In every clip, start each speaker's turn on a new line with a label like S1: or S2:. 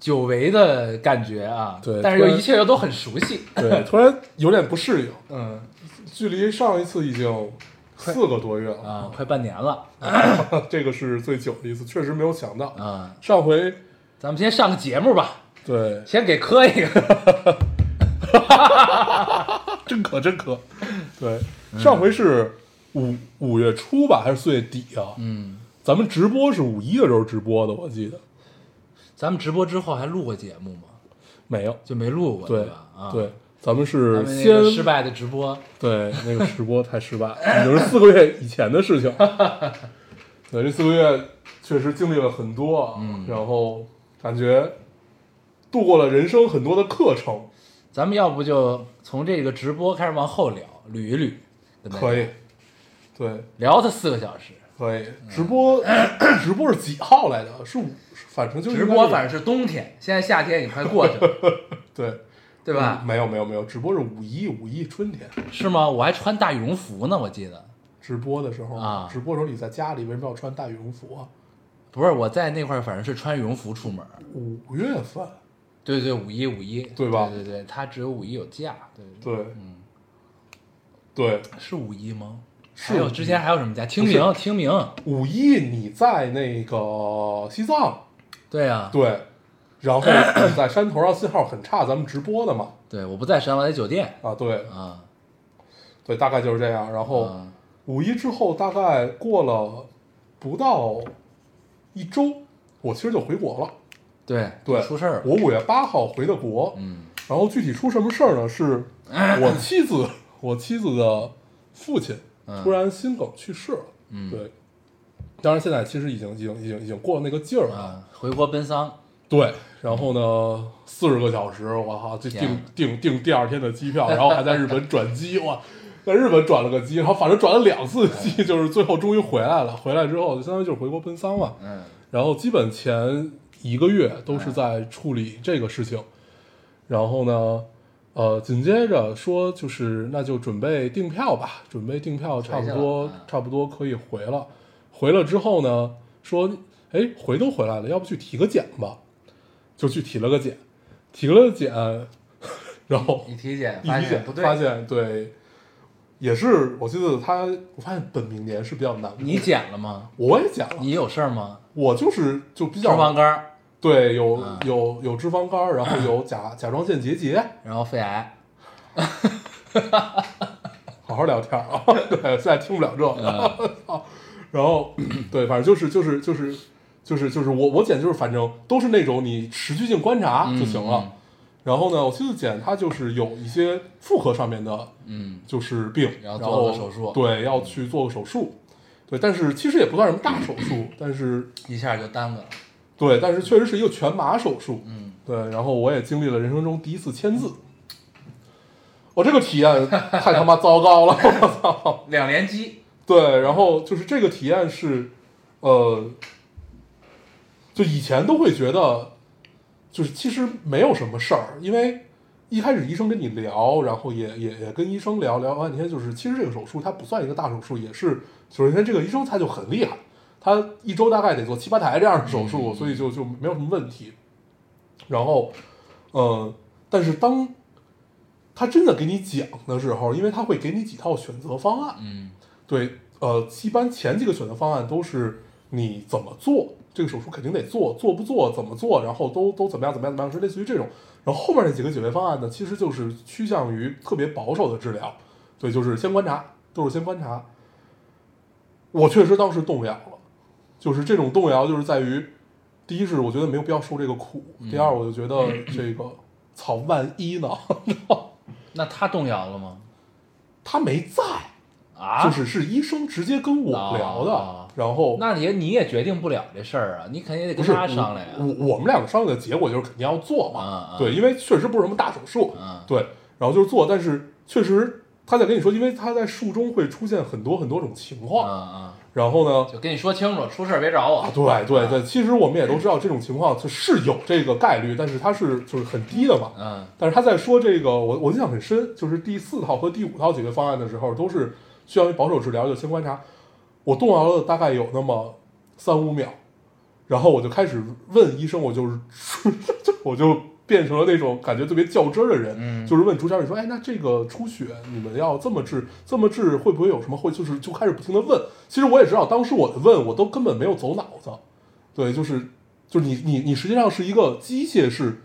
S1: 久违的感觉啊，
S2: 对
S1: 但是
S2: 突
S1: 又
S2: 然
S1: 一切又都很熟悉。
S2: 对，突然有点不适应，
S1: 嗯
S2: 距离上一次已经四个多月了，
S1: 啊，快半年了
S2: 这个是最久的一次，确实没有想到。
S1: 啊，
S2: 上回
S1: 咱们先上个节目吧，
S2: 对，
S1: 先给磕一个。
S2: 真可真可，对，
S1: 嗯
S2: 上回是五五月初吧，还是四月底啊？
S1: 嗯，
S2: 咱们直播是五一的时候直播的，我记得
S1: 咱们直播之后还录过节目吗？
S2: 没有。
S1: 就没录过，
S2: 对
S1: 吧？啊，，
S2: 对，咱们
S1: 咱
S2: 是
S1: 们那
S2: 先
S1: 个失败的直播，
S2: 对，那个直播太失败了，也是四个月以前的 事情。对，这四个月确实经历了很多啊，
S1: 嗯
S2: 然后感觉度过了人生很多的课程，
S1: 咱们要不就从这个直播开始往后聊，捋一捋，跟大家
S2: 可以，对，
S1: 聊它四个小时。
S2: 可以。直播直播是几号来着？是五，反正就是
S1: 直
S2: 应该
S1: 播
S2: 是
S1: 反正是冬天，现在夏天已经快过去 了，
S2: 对嗯
S1: 对吧？
S2: 没有没有没有，直播是五一五一春天
S1: 是吗？我还穿大羽绒服呢，我记得。
S2: 直播的时候
S1: 啊
S2: 直播的时候你在家里为什么要穿大羽绒服啊？
S1: 不是我在那块儿，反正是穿羽绒服出门儿。
S2: 五月份，
S1: 对对，五一五一，
S2: 对吧
S1: 对对对，它只有五一有假。对对，
S2: 对，对，
S1: 是五一吗？
S2: 是
S1: 还有
S2: 五一
S1: 之前还有什么假？清
S2: 不是
S1: 明，清明。
S2: 五一你在那个西藏，
S1: 对啊，
S2: 对， 然后你在山头上信号很差，咱们直播的嘛，
S1: 对，我不在山，我在酒店
S2: 啊，对
S1: 啊。
S2: 对，大概就是这样。然后
S1: 啊
S2: 五一之后大概过了不到一周，我其实就回国了。
S1: 对
S2: 对，
S1: 出事儿了。
S2: 我五月八号回的国，
S1: 嗯
S2: 然后具体出什么事儿 呢？是我妻子，我妻子的父亲
S1: 嗯
S2: 突然心梗去世了。
S1: 嗯
S2: 对，当然现在其实已经已经已经已经过了那个劲儿了。
S1: 啊，回国奔丧。
S2: 对，然后呢，四十个小时，我靠，就
S1: 天
S2: 订订订第二天的机票，然后还在日本转机，哇，在日本转了个机，然后反正转了两次机，就是最后终于回来了。回来之后，就相当于就是回国奔丧嘛。
S1: 嗯
S2: 然后基本前一个月都是在处理这个事情，然后呢，呃，紧接着说就是那就准备订票吧，准备订票，差不
S1: 回
S2: 多
S1: 去了啊
S2: 差不多可以回了。回了之后呢，说哎回都回来了，要不去体个检吧？就去体了个检，体了个检， 然后
S1: 一体检
S2: 一
S1: 发
S2: 体检
S1: 现不对，
S2: 发现对，也是我记得他，我发现本命年是比较难的。
S1: 你检了吗？
S2: 我也检了，
S1: 你有事儿吗？
S2: 我就是就比
S1: 脂
S2: 较
S1: 肪肝儿，
S2: 对，有
S1: 啊
S2: 有有脂肪肝 儿，然后有甲甲状腺结节，
S1: 然后肺癌。
S2: 好好聊天儿啊！ 对，现在听不了这
S1: 嗯
S2: 个。然后，对，反正就是就是就是就是就是我我检就是反正都是那种你持续性观察
S1: 嗯
S2: 就行了。然后呢，我妻子检她就是有一些妇科上面的
S1: 嗯，
S2: 就是病，
S1: 然
S2: 然
S1: 后做
S2: 后
S1: 个手术嗯
S2: 对，要去做个手术。对，但是其实也不算什么大手术，但是
S1: 一下就耽搁了。
S2: 对，但是确实是一个全麻手术。
S1: 嗯，
S2: 对，然后我也经历了人生中第一次签字，我这个体验太他妈糟糕了，我操！
S1: 两连击。
S2: 对，然后就是这个体验是，呃，就以前都会觉得，就是其实没有什么事儿，因为一开始医生跟你聊，然后也也也跟医生聊聊半天，就是其实这个手术它不算一个大手术，也是首先这个医生他就很厉害，他一周大概得做七八台这样的手术，所以就就没有什么问题。然后，呃，但是当他真的给你讲的时候，因为他会给你几套选择方案，
S1: 嗯
S2: 对，呃，一般前几个选择方案都是你怎么做，这个手术肯定得做，做不做，怎么做，然后都都怎么样怎么样怎么样，是类似于这种。然后后面那几个解决方案呢，其实就是趋向于特别保守的治疗，对，就是先观察，都是先观察。我确实当时动摇了，就是这种动摇就是在于，第一是我觉得没有必要受这个苦，
S3: 嗯
S2: 第二我就觉得这个操，万一呢，
S1: 那他动摇了吗？
S2: 他没在，
S3: 啊，
S2: 就是是医生直接跟我聊的，
S3: 啊
S2: 然后
S3: 那也你也决定不了这事儿啊，你肯定得
S2: 不
S3: 跟
S2: 是
S3: 他商量呀。
S2: 我我我们两个商量的结果就是肯定要做嘛，
S3: 啊啊
S2: 对，因为确实不是什么大手术，
S3: 嗯，
S2: 对，然后就是做，但是确实他在跟你说，因为他在术中会出现很多很多种情
S3: 嗯
S2: 况，
S3: 嗯，
S2: 然后呢，
S3: 就跟你说清楚，出事儿别找我
S2: 啊，。对对对，其实我们也都知道这种情况就是有这个概率，但是它是就是很低的嘛。
S3: 嗯
S2: 但是他在说这个，我我印象很深，就是第四套和第五套解决方案的时候，都是需要一保守治疗，就先观察。我动摇了大概有那么三五秒，然后我就开始问医生，我就是 就我就变成了那种感觉特别较真儿的人，
S3: 嗯
S2: 就是问朱先生说，哎，那这个出血你们要这么治，这么治会不会有什么会？就是就开始不停的问。其实我也知道，当时我的问我都根本没有走脑子，对，就是就是你你你实际上是一个机械式，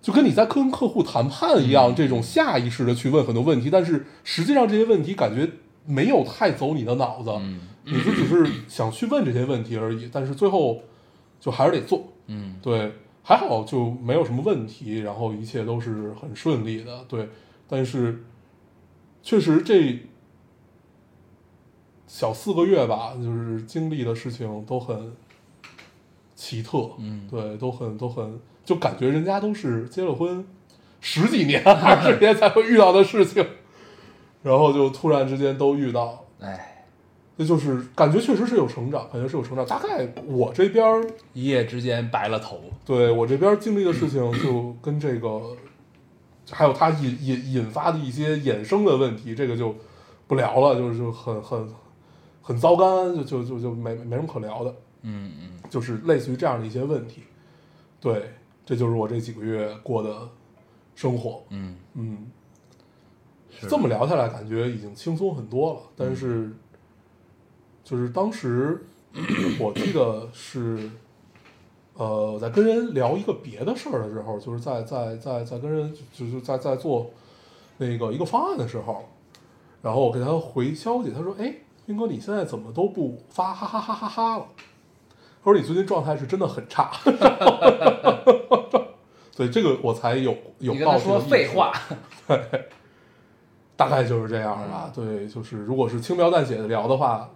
S2: 就跟你在跟客户谈判一样，这种下意识的去问很多问题，但是实际上这些问题感觉没有太走你的脑子，
S3: 嗯
S2: 你就只是想去问这些问题而已，但是最后就还是得做，
S3: 嗯
S2: 对，还好就没有什么问题，然后一切都是很顺利的，对。但是确实这小四个月吧，就是经历的事情都很奇特，
S3: 嗯
S2: 对，都很都很，就感觉人家都是结了婚十几年、 二十年才会遇到的事情，然后就突然之间都遇到，
S3: 哎，
S2: 那就是感觉确实是有成长，感觉是有成长。大概我这边儿
S3: 一夜之间白了头。
S2: 对我这边经历的事 情，就跟这个，还有它引引引发的一些衍生的问题，这个就不聊了，就是就很很很糟糕，就就就就没没什么可聊的，
S3: 嗯嗯，
S2: 就是类似于这样的一些问题。对，这就是我这几个月过的生活。
S3: 嗯，
S2: 嗯，
S3: 是
S2: 这么聊下来，感觉已经轻松很多了。但是，就是当时 我记得是，呃，我在跟人聊一个别的事儿的时候，就是在在在在跟人就就在在做那个一个方案的时候，然后我给他回消息，他说：“哎，斌哥，你现在怎么都不发哈哈哈哈哈了？”他说：“你最近状态是真的很差。”所以这个我才有有
S3: 你跟
S2: 抱
S3: 他
S2: 这个
S3: 说
S2: 意
S3: 废
S2: 识
S3: 话。
S2: 大概就是这样吧。
S3: 嗯
S2: 对，就是如果是轻描淡写的聊的话，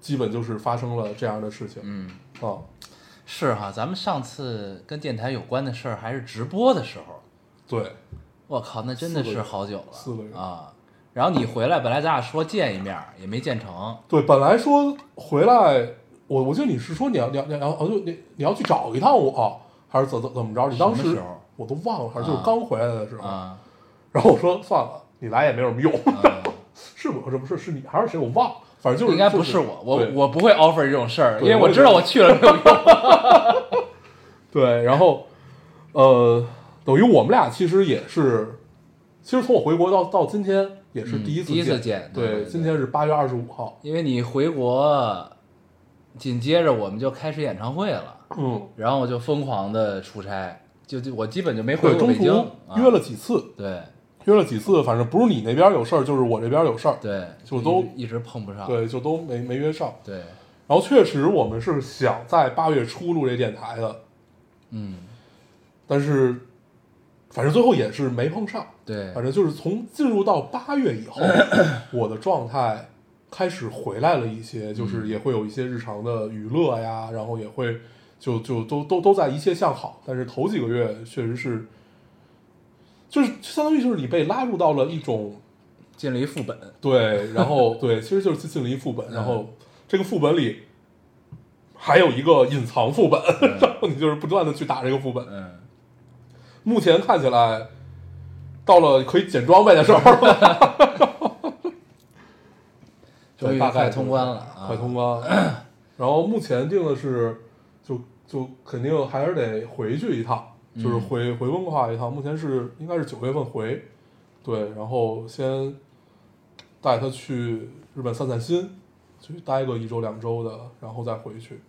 S2: 基本就是发生了这样的事情
S3: 嗯，
S2: 啊。
S3: 是哈，咱们上次跟电台有关的事儿还是直播的时候，
S2: 对，
S3: 我靠，那真的
S2: 四个
S3: 是
S2: 月
S3: 好久了，
S2: 四个月
S3: 啊。然后你回来，本来咱俩说见一面儿也没见成，
S2: 对，本来说回来，我我记得你是说你要你要你要哦就你你要去找一趟我，还是怎怎怎么着？你当
S3: 什么
S2: 时
S3: 时候
S2: 我都忘了，还是就是
S3: 啊
S2: 刚回来的时候。
S3: 啊，
S2: 然后我说算了，你来也没有什么用。
S3: 啊
S2: 是我这不是是你还是谁？我忘了，反正就是
S3: 应该不
S2: 就是
S3: 我，我
S2: 对
S3: 我不会 offer 这种事儿，因
S2: 对
S3: 为
S2: 我
S3: 我
S2: 也
S3: 知道
S2: 觉得
S3: 我去了没 有用。
S2: 对，然后，呃，等于我们俩其实也是，其实从我回国到到今天也是
S3: 嗯
S2: 第一次
S3: 第一次见
S2: 见，
S3: 对对对
S2: 今天是八月二十五号，
S3: 因为你回国，紧接着我们就开始演唱会了，
S2: 嗯，
S3: 然后我就疯狂的出差，就就我基本就没回
S2: 对，
S3: 过
S2: 中
S3: 北
S2: 途
S3: 京，
S2: 约了
S3: 啊、
S2: 几次，
S3: 对
S2: 约了几次，反正不是你那边有事儿，就是我这边有事儿，
S3: 对，
S2: 就都
S3: 一直一直碰不上，
S2: 对，就都没没约上。
S3: 对，
S2: 然后确实我们是想在八月初录这电台的，
S3: 嗯
S2: 但是反正最后也是没碰上。
S3: 对，
S2: 反正就是从进入到八月以后，我的状态开始回来了一些，就是也会有一些日常的娱乐呀，然后也会就就都都都在一切向好。但是头几个月确实是，就是相当于就是你被拉入到了一种
S3: 进了一副本，
S2: 对，然后对，其实就是进了一副本，然后这个副本里还有一个隐藏副本， 然后你就是不断的去打这个副本。
S3: 嗯，
S2: 目前看起来，到了可以捡装备的时候了。
S3: 终于
S2: 对大概
S3: 快
S2: 就是
S3: 通关了啊，
S2: 快通关。 然后目前定的是，就就肯定还是得回去一趟，就是回回温哥华一趟。目前是应该是九月份回，对，然后先带他去日本散散心，去待个一周两周的，然后再回去，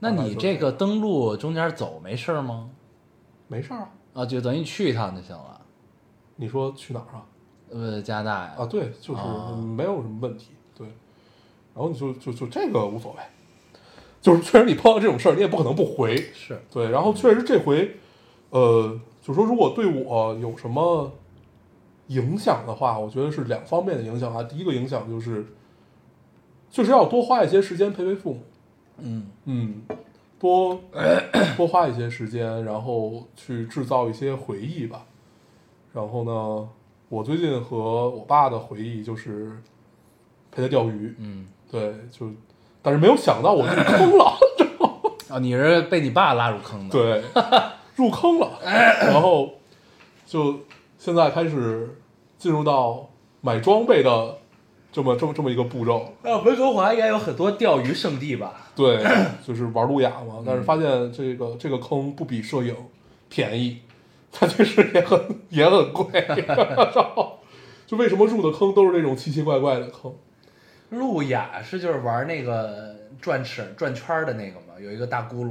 S3: 那你这个登录中间走没事儿吗？
S2: 没事儿啊。
S3: 啊，就等于去一趟就行了，
S2: 你说去哪儿啊？
S3: 呃，加拿大呀，
S2: 啊，对，就是
S3: 啊
S2: 没有什么问题，对。然后你就就就这个无所谓，就是确实你碰到这种事儿，你也不可能不回，
S3: 是，
S2: 对，然后确实这回，呃，就说如果对我有什么影响的话，我觉得是两方面的影响啊。第一个影响就是，就是要多花一些时间陪陪父母，
S3: 嗯
S2: 嗯， 多多花一些时间，然后去制造一些回忆吧。然后呢，我最近和我爸的回忆就是陪他钓鱼，
S3: 嗯，
S2: 对，就但是没有想到我入坑了，
S3: 哦，你是被你爸拉入坑的，，
S2: 对，入坑了，然后就现在开始进入到买装备的这么这么这么一个步骤，
S3: 那温哥华应该有很多钓鱼圣地吧？
S2: 对，就是玩路亚嘛，但是发现这个这个坑不比摄影便宜，它确实也很也很贵。 然后就为什么入的坑都是那种奇奇怪怪的坑？
S3: 路亚是就是玩那个转齿转圈儿的那个嘛，有一个大轱辘，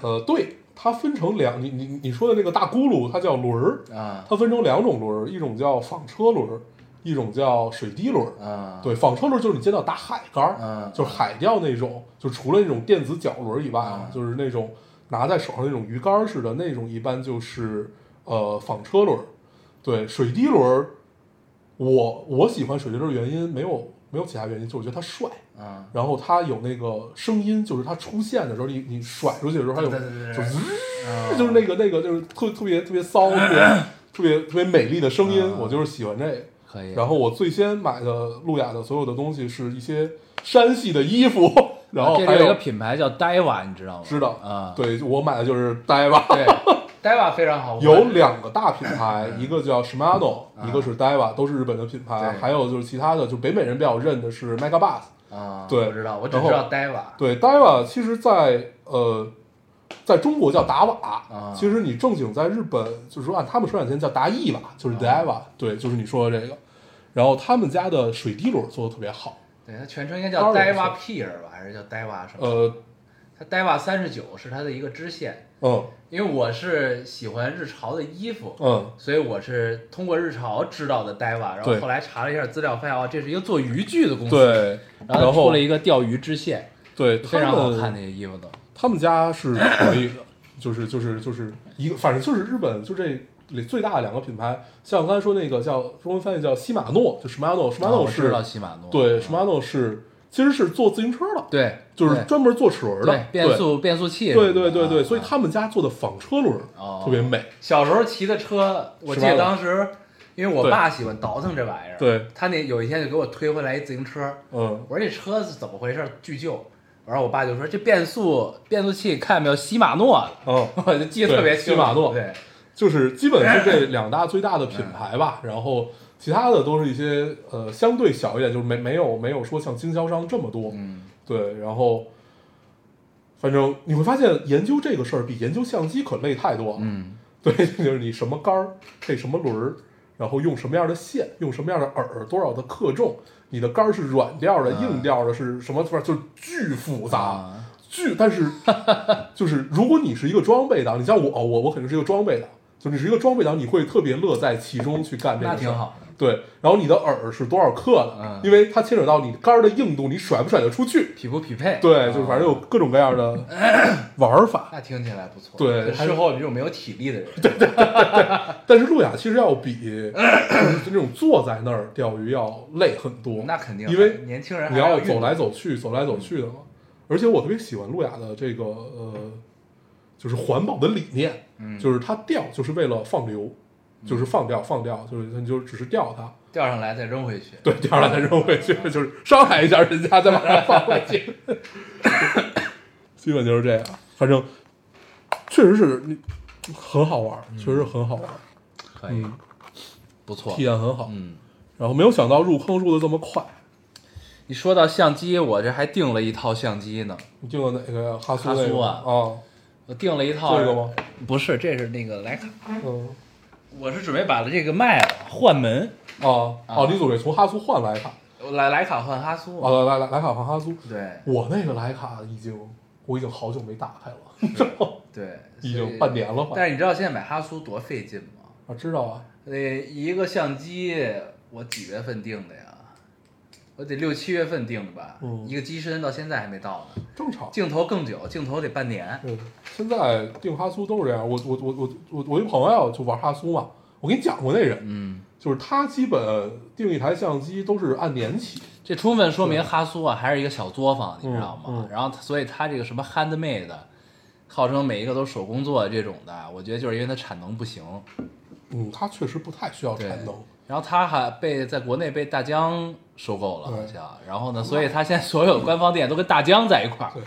S2: 呃，对，它分成两，你你你说的那个大轱辘，它叫轮儿，
S3: 啊
S2: 它分成两种轮儿，一种叫纺车轮儿，一种叫水滴轮儿。
S3: 啊，
S2: 对，纺车轮就是你见到打海竿儿，
S3: 嗯
S2: 就是海钓那种，就除了那种电子绞轮以外啊，
S3: 嗯
S2: 就是那种拿在手上那种鱼竿儿似的那种，一般就是呃纺车轮儿。对，水滴轮儿，我我喜欢水滴轮儿的原因没有没有其他原因，就我觉得它帅，
S3: 啊，
S2: 然后它有那个声音，就是它出现的时候，你你甩出去的时候，它有
S3: 对对对对
S2: 就是
S3: 啊
S2: 就是那个那个就是特特别特别骚，特别特别特别美丽的声音，
S3: 嗯
S2: 我就是喜欢这个。
S3: 可以，
S2: 然后我最先买的路亚的所有的东西是一些山系的衣服， 然后
S3: 啊这
S2: 还
S3: 里有一个
S2: 有
S3: 品牌叫 Diva，你知道吗？
S2: 知道
S3: 啊，
S2: 对我买的就是呆吧，
S3: 对，Diva 非常好玩，
S2: 有两个大品牌，一个叫 Shimano，一个是 Daiwa，都是日本的品牌，
S3: 嗯啊对
S2: 还有就是其他的，就北美人比较认的是 Mega Bus。
S3: 啊，
S2: 对
S3: 我知道，我只
S2: 然后
S3: 知道 Diva，
S2: 对，Daiwa 其实在呃，在中国叫达瓦，
S3: 啊
S2: 其实你正经在日本就是说按他们生产线叫达意瓦，就是
S3: 啊
S2: Daiwa，、对，就是你说的这个。然后他们家的水滴轮做的特别好，
S3: 对，它全称应该叫
S2: 当然
S3: Diva Pier 吧，还是叫 Diva 什么？
S2: 呃
S3: 它 Diva 三十九是它的一个支线，
S2: 嗯
S3: 因为我是喜欢日潮的衣服，
S2: 嗯，
S3: 所以我是通过日潮知道的 Diva，然后
S2: 对
S3: 后来查了一下资料，发现哦，这是一个做渔具的公司，，
S2: 对，
S3: 然
S2: 后
S3: 后出了一个钓鱼支线，
S2: 对
S3: 非常好看
S2: 的。
S3: 那个衣服都，
S2: 他们家是可以的，就是就是就是一个，反正就是日本就这里最大的两个品牌，像我刚才说那个叫中文翻译叫西马诺，就 Shimano，Shimano
S3: 然哦后我
S2: 是、
S3: 知道西马诺，
S2: 对
S3: 嗯
S2: Shimano 是其实是做自行车的，
S3: 对，
S2: 就是专门做齿轮
S3: 对
S2: 的
S3: 对变。速变速器什么
S2: 对
S3: 的，
S2: 对对对对，所以
S3: 啊
S2: 他们家做的纺车轮
S3: 哦
S2: 特别美，
S3: 小时候骑的车，我记得
S2: 18
S3: 当时，因为我
S2: 对
S3: 爸喜欢倒腾这玩意儿，
S2: 对
S3: 他那有一天就给我推回来一自行车，
S2: 嗯，
S3: 我说这车是怎么回事，巨旧。然后我爸就说这变速变速器看见没有，西马诺的，
S2: 哦
S3: 我就记得特别清楚。
S2: 对西马诺
S3: 对，
S2: 就是基本是这两大最大的品牌吧，
S3: 嗯
S2: 然后其他的都是一些呃相对小一点，就是没没有没有说像经销商这么多，
S3: 嗯，
S2: 对，然后反正你会发现研究这个事儿比研究相机可累太多了。
S3: 嗯，
S2: 对， 就是你什么杆儿配什么轮儿，然后用什么样的线，用什么样的饵，多少的克重，你的杆儿是软调的、
S3: 啊
S2: 硬调的，是什么？反正就是巨复杂。
S3: 啊
S2: 巨，但 是就是如果你是一个装备党，你像我，我我肯定是一个装备党，就你是一个装备党，你会特别乐在其中去干这
S3: 那
S2: 个事
S3: 挺
S2: 儿。
S3: 好。
S2: 对，然后你的饵是多少克的，
S3: 嗯
S2: 因为它牵扯到你杆儿的硬度，你甩不甩得出去。
S3: 匹不匹配？啊
S2: 对，就是反正有各种各 样的玩儿法，
S3: 那听起来不错。
S2: 对
S3: 就
S2: 还
S3: 适合我们这种没有体力的人。对对，
S2: 但是路亚其实要比就是那种坐在那儿钓鱼要累很多，
S3: 那肯定，
S2: 因为
S3: 年轻人还
S2: 你要
S3: 运动
S2: 走来走去，走来走去的嘛。而且我特别喜欢路亚的这个呃，就是环保的理念，
S3: 嗯
S2: 就是它钓就是为了放流，就是放掉放掉，就是你就只是钓它，
S3: 钓上来再扔回去。
S2: 对，钓上来再扔回去，就是伤害一下人家，再把它放回去，基本就是这样。反正确实是你很好玩，确实很好玩，
S3: 可以，
S2: 嗯，
S3: 不错
S2: 体。验很好。
S3: 嗯，
S2: 然后没有想到入坑入的这么快，
S3: 你说到相机，我这还订了一套相机呢。
S2: 你订了哪个呀？哈苏
S3: 哈苏
S2: 那个
S3: 啊
S2: 啊，
S3: 我订了一套
S2: 这个吗？
S3: 不是，这是那个徕卡。
S2: 嗯。
S3: 我是准备把这个卖了，换门。
S2: 啊
S3: 啊
S2: 哦，你准备从哈苏换徕卡？
S3: 我来徕卡换哈苏。
S2: 啊，来来徕卡换哈苏。
S3: 对
S2: 我那个徕卡已经，我已经好久没打开了，你知道吗？
S3: 对，
S2: 已
S3: 所以
S2: 经半年了吧？
S3: 但是你知道现在买哈苏多费劲吗？
S2: 啊，知道啊，
S3: 那一个相机，我几月份订的呀？我得六七月份订的吧，
S2: 嗯
S3: 一个机身到现在还没到呢。
S2: 正常。
S3: 镜头更久，镜头得半年。
S2: 嗯，现在订哈苏都是这样。我我我我我我有朋友就玩哈苏嘛，我跟你讲过那人，
S3: 嗯，
S2: 就是他基本订一台相机都是按年起，
S3: 这充分说明哈苏啊还是一个小作坊，你知道吗？
S2: 嗯嗯
S3: 然后他所以他这个什么 handmade，号称每一个都是手工做的这种的，我觉得就是因为它产能不行，
S2: 嗯，他确实不太需要
S3: 对
S2: 产能，。
S3: 然后他还被在国内被大疆收购了，好
S2: 对
S3: 像。然后呢，所以他现在所有官方店都跟大疆在一块 儿
S2: 对。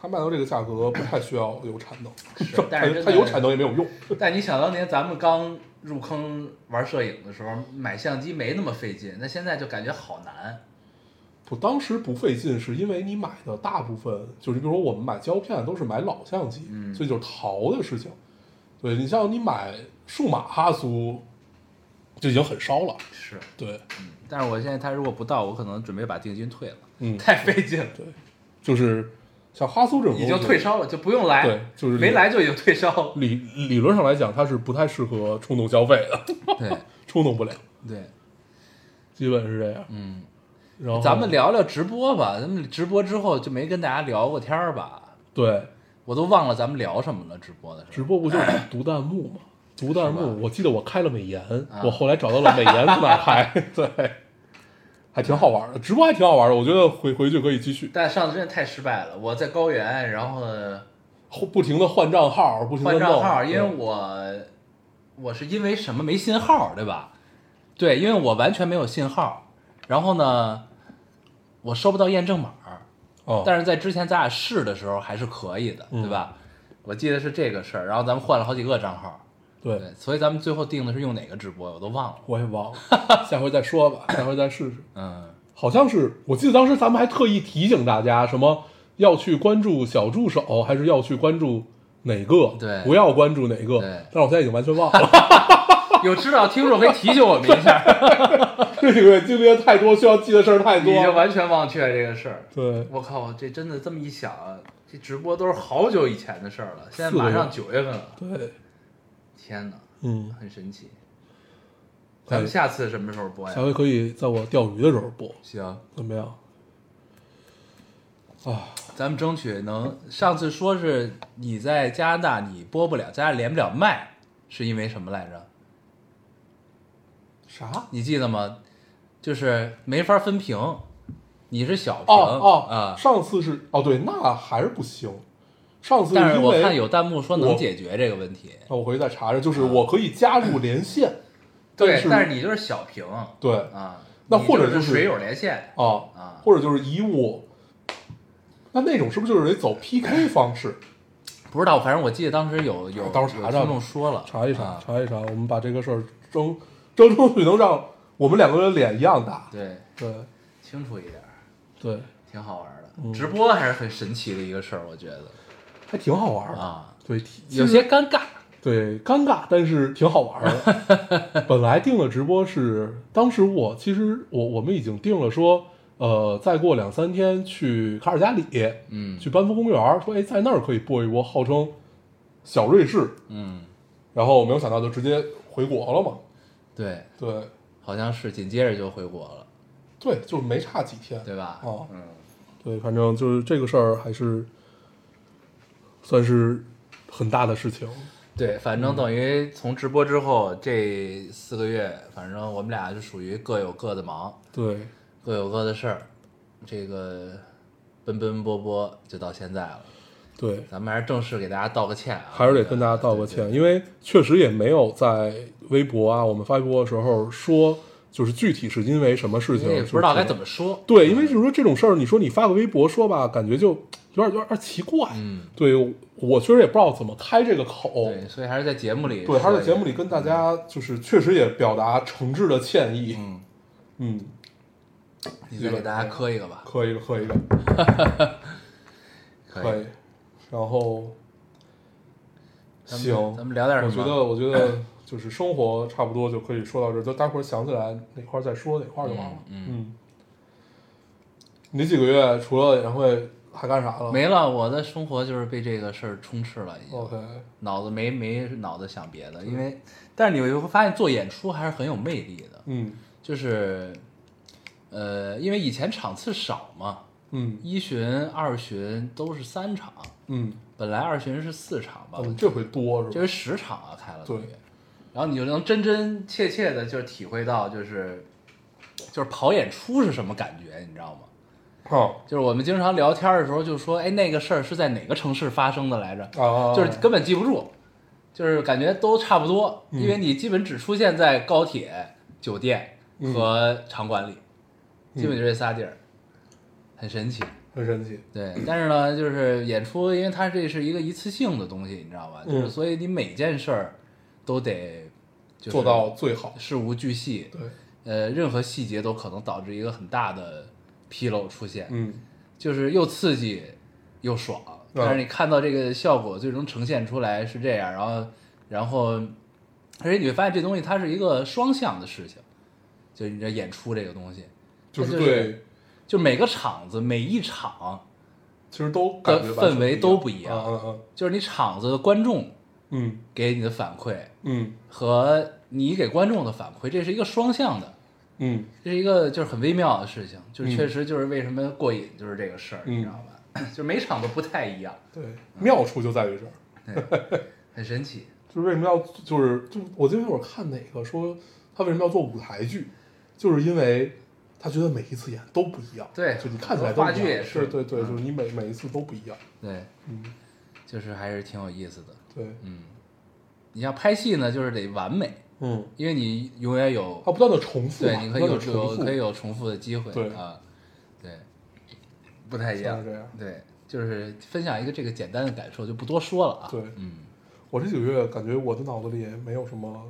S2: 他卖到这个价格不太需要有产能，
S3: 是但是真的
S2: 他有产能也没有用，
S3: 但你想当年咱们刚入坑玩摄影的时候，买相机没那么费劲，那现在就感觉好难。
S2: 我当时不费劲，是因为你买的大部分就是，比如说我们买胶片都是买老相机，
S3: 嗯
S2: 所以就是淘的事情。对你像你买数码哈苏，就已经很烧了。
S3: 是，
S2: 对，
S3: 但是我现在他如果不到，我可能准备把定金退了，
S2: 嗯，
S3: 太费劲了，
S2: 对，就是像哈苏这种
S3: 已经退
S2: 烧，
S3: 烧了，就不用来，
S2: 对就是
S3: 没来就已经退烧了。
S2: 理理论上来讲，它是不太适合冲动消费的，
S3: 对
S2: 冲动不了，
S3: 对，
S2: 基本是这样。
S3: 嗯，
S2: 然后
S3: 咱们聊聊直播吧，咱们直播之后就没跟大家聊过天儿吧，
S2: 对
S3: 我都忘了咱们聊什么了，直播的时
S2: 直
S3: 候。
S2: 播不就是读弹幕吗？读弹
S3: 是吧啊
S2: 幕，我记得我开了美颜，我后来找到了美颜在哪儿开， 对，还挺好玩的，直播还挺好玩的，我觉得回回去可以继续，
S3: 但上次真的太失败了，我在高原，然后呢
S2: 后不停的换账号，不停的
S3: 换账号，因为我我是因为什么没信号，对吧？对，因为我完全没有信号，然后呢，我收不到验证码儿，
S2: 哦，
S3: 但是在之前咱俩试的时候还是可以的，对吧？我记得是这个事儿，然后咱们换了好几个账号，
S2: 对，
S3: 对，所以咱们最后定的是用哪个直播，我都忘了。
S2: 我也 忘了，下回再说吧，下回再试试。
S3: 嗯，
S2: 好像是，我记得当时咱们还特意提醒大家，什么要去关注小助手，还是要去关注哪个？
S3: 对
S2: 不要关注哪个。
S3: 对
S2: 但是我现在已经完全忘了，
S3: 有知道听众可以提醒我们一 下，
S2: 这里面经历了太多，需要记的事儿太
S3: 你就
S2: 多。
S3: 完全忘却这个事儿。
S2: 对，
S3: 我靠，这真的这么一想啊，这直播都是好久以前的事儿了，现在马上九月份了，
S2: 对，
S3: 天哪，
S2: 嗯，
S3: 很神奇。咱们下次什么时候播呀
S2: 下？回可以在我钓鱼的时候播，
S3: 行，
S2: 怎么样？啊，
S3: 咱们争取能。上次说是你在加拿大，你播不了，咱俩连不了麦，是因为什么来着？
S2: 啥？
S3: 你记得吗？就是没法分屏，你是小屏
S2: 哦哦
S3: 啊、
S2: 上次是哦，对，那还是不行。上次
S3: 但是
S2: 因
S3: 我
S2: 为
S3: 看有弹幕说能
S2: 我
S3: 解决这个问题，
S2: 那我回去再查查，就是我可以加入连线，
S3: 对，但
S2: 但
S3: 是你就是小屏啊，
S2: 对那
S3: 你
S2: 或者
S3: 就
S2: 就是是
S3: 水友连线，
S2: 啊
S3: 啊
S2: 或者就是以我，那那种是不是就是得走 PK 方式？
S3: 不知道，反正我记得当时有有
S2: 啊到时候查
S3: 有
S2: 查
S3: 听众说了，
S2: 查一查，
S3: 啊
S2: 查一查，我们把这个事儿争争出去，能让我们两个人脸一样大。
S3: 对，
S2: 对
S3: 清楚一点，
S2: 对，
S3: 挺好玩的。
S2: 嗯
S3: 直播还是很神奇的一个事儿，我觉得
S2: 还挺好玩的。
S3: 啊，
S2: 对，其
S3: 有些尴尬，
S2: 对尴尬，但是挺好玩的。 本来定的直播是，当时我其实我我们已经定了说，呃，再过两三天去卡尔加里，
S3: 嗯
S2: 去班夫公园，说哎，在那儿可以播一播，号称小瑞士。
S3: 嗯，
S2: 然后没有想到就直接回国了嘛。
S3: 对，
S2: 对
S3: 好像是紧接着就回国了，
S2: 对，就没差几天。
S3: 对吧？
S2: 哦
S3: 嗯，
S2: 对，反正就是这个事儿还是算是很大的事情。
S3: 对，反
S2: 嗯
S3: 正等于从直播之后这四个月，反正我们俩就属于各有各的忙，
S2: 对，
S3: 各有各的事儿，这个奔奔波波就到现在了。
S2: 对，
S3: 咱们还是正式给大家道个歉啊，
S2: 还是得跟大家道
S3: 对。
S2: 个歉，因为确实也没有在微博啊，我们发微博的时候说，就是具体是因为什么事
S3: 对
S2: 情
S3: 因为，也不知道该怎
S2: 么。
S3: 么说。
S2: 对，因为就是说这种事儿，你说你发个微博说吧，感觉就有点有点有点奇怪。
S3: 嗯，
S2: 对我我确实也不知道怎么开这个口。
S3: 对，所以还是在节目里说
S2: 哦对，
S3: 一下，
S2: 还是在节目里跟大家就是确实也表达诚挚的歉意。
S3: 嗯，
S2: 嗯，
S3: 你再给大家磕一个吧，
S2: 磕一个，磕一个，可以。然后，
S3: 咱们
S2: 行，
S3: 咱们聊点什
S2: 我
S3: 么？
S2: 觉得，我觉得就是生活差不多就可以说到这儿，就待会儿想起来哪块儿再说哪块儿就完了。
S3: 嗯
S2: 嗯，你这几个月除了演唱会还干啥了？
S3: 没了，我的生活就是被这个事儿充斥了，已经。
S2: OK，
S3: 脑子没没脑子想别的，因为，但是你会发现做演出还是很有魅力的，
S2: 嗯
S3: 就是，呃，因为以前场次少嘛，
S2: 嗯
S3: 一巡、二巡都是三场，
S2: 嗯，
S3: 本来二巡是四场吧，
S2: 我
S3: 我
S2: 们
S3: 记
S2: 这回多
S3: 得
S2: 是
S3: 这
S2: 吧？
S3: 回十场啊开了，
S2: 对
S3: 等于，然后你就能真真切切的，就是体会到，就是就是跑演出是什么感觉，你知道吗？
S2: 啊
S3: 就是我们经常聊天的时候就说，哎，那个事儿是在哪个城市发生的来着？
S2: 啊，
S3: 就是根本记不住，就是感觉都差不多，因
S2: 嗯
S3: 为你基本只出现在高铁、酒店
S2: 嗯
S3: 和场馆里，基本就这仨地儿，很神奇。
S2: 很神奇，
S3: 对，但是呢，就是演出，因为它这是一个一次性的东西，你知道吧？就是
S2: 嗯
S3: 所以你每件事儿都得就是
S2: 做到最好。
S3: 事无巨细，
S2: 对，
S3: 呃，任何细节都可能导致一个很大的纰漏出现，
S2: 嗯
S3: 就是又刺激又爽，但是你看到这个效果最终呈现出来是这样，然后然后而且你会发现这东西它是一个双向的事情，就是你这演出这个东西，
S2: 就是
S3: 那
S2: 对，
S3: 就是就每个场子每一场。
S2: 其实都感觉
S3: 的
S2: 完全
S3: 氛围都不一样
S2: 嗯嗯
S3: 就是你场子的观众
S2: 嗯
S3: 给你的反馈
S2: 嗯
S3: 和你给观众的反馈，这是一个双向的，
S2: 嗯
S3: 这是一个就是很微妙的事情，就是
S2: 嗯
S3: 确实就是为什么过瘾就是这个事儿，
S2: 嗯
S3: 你知道吧？就每场都不太一样，
S2: 嗯，对，妙处就在于这儿，
S3: 很神奇。
S2: 就是为什么要就是就我记得那会儿看哪个说他为什么要做舞台剧，就是因为他觉得每一次演都不一样，
S3: 对
S2: 就你看起来都
S3: 话剧
S2: 不一样
S3: 也是
S2: 对对对，
S3: 嗯
S2: 就是你每每一次都不一样，
S3: 对，
S2: 嗯，
S3: 就是还是挺有意思的。
S2: 对，
S3: 嗯，你要拍戏呢，就是得完美，
S2: 嗯，
S3: 因为你永远有
S2: 他不断的重哦复嘛，
S3: 对，你可以
S2: 不断
S3: 有
S2: 地重
S3: 有
S2: 复，
S3: 可以有重复的机会，
S2: 对
S3: 啊，对，不太一样
S2: 像是这样，
S3: 对，就是分享一个这个简单的感受，就不多说了啊。
S2: 对
S3: 嗯，
S2: 我这几个月感觉我的脑子里也没有什么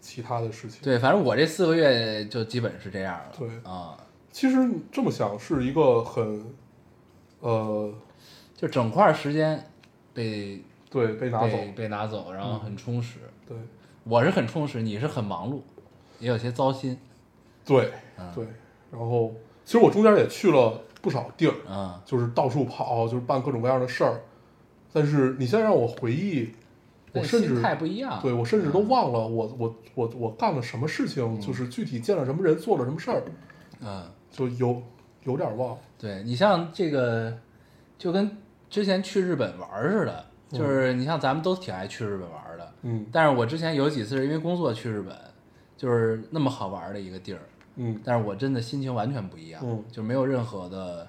S2: 其他的事情，
S3: 对，反正我这四个月就基本是这样了。
S2: 对
S3: 啊，
S2: 其实你这么想是一个很，呃，
S3: 就整块时间被
S2: 对，被拿走，嗯
S3: 被被拿走，然后很充实。
S2: 对，
S3: 我是很充实，你是很忙碌，也有些糟心。嗯
S2: 对，对。然后其实我中间也去了不少地儿，
S3: 嗯
S2: 就是到处跑，就是办各种各样的事儿。但是你现在让我回忆，我
S3: 但
S2: 甚至
S3: 心态不嗯一样。
S2: 对我甚至都忘了我我我我干了什么事情，就是具体见了什么人，做了什么事儿，
S3: 嗯，
S2: 就有有点忘。
S3: 对你像这个，就跟之前去日本玩儿似的，就是你像咱们都挺爱去日本玩儿的，
S2: 嗯
S3: 但是我之前有几次是因为工作去日本，就是那么好玩儿的一个地儿，
S2: 嗯
S3: 但是我真的心情完全不一样，
S2: 嗯
S3: 就没有任何的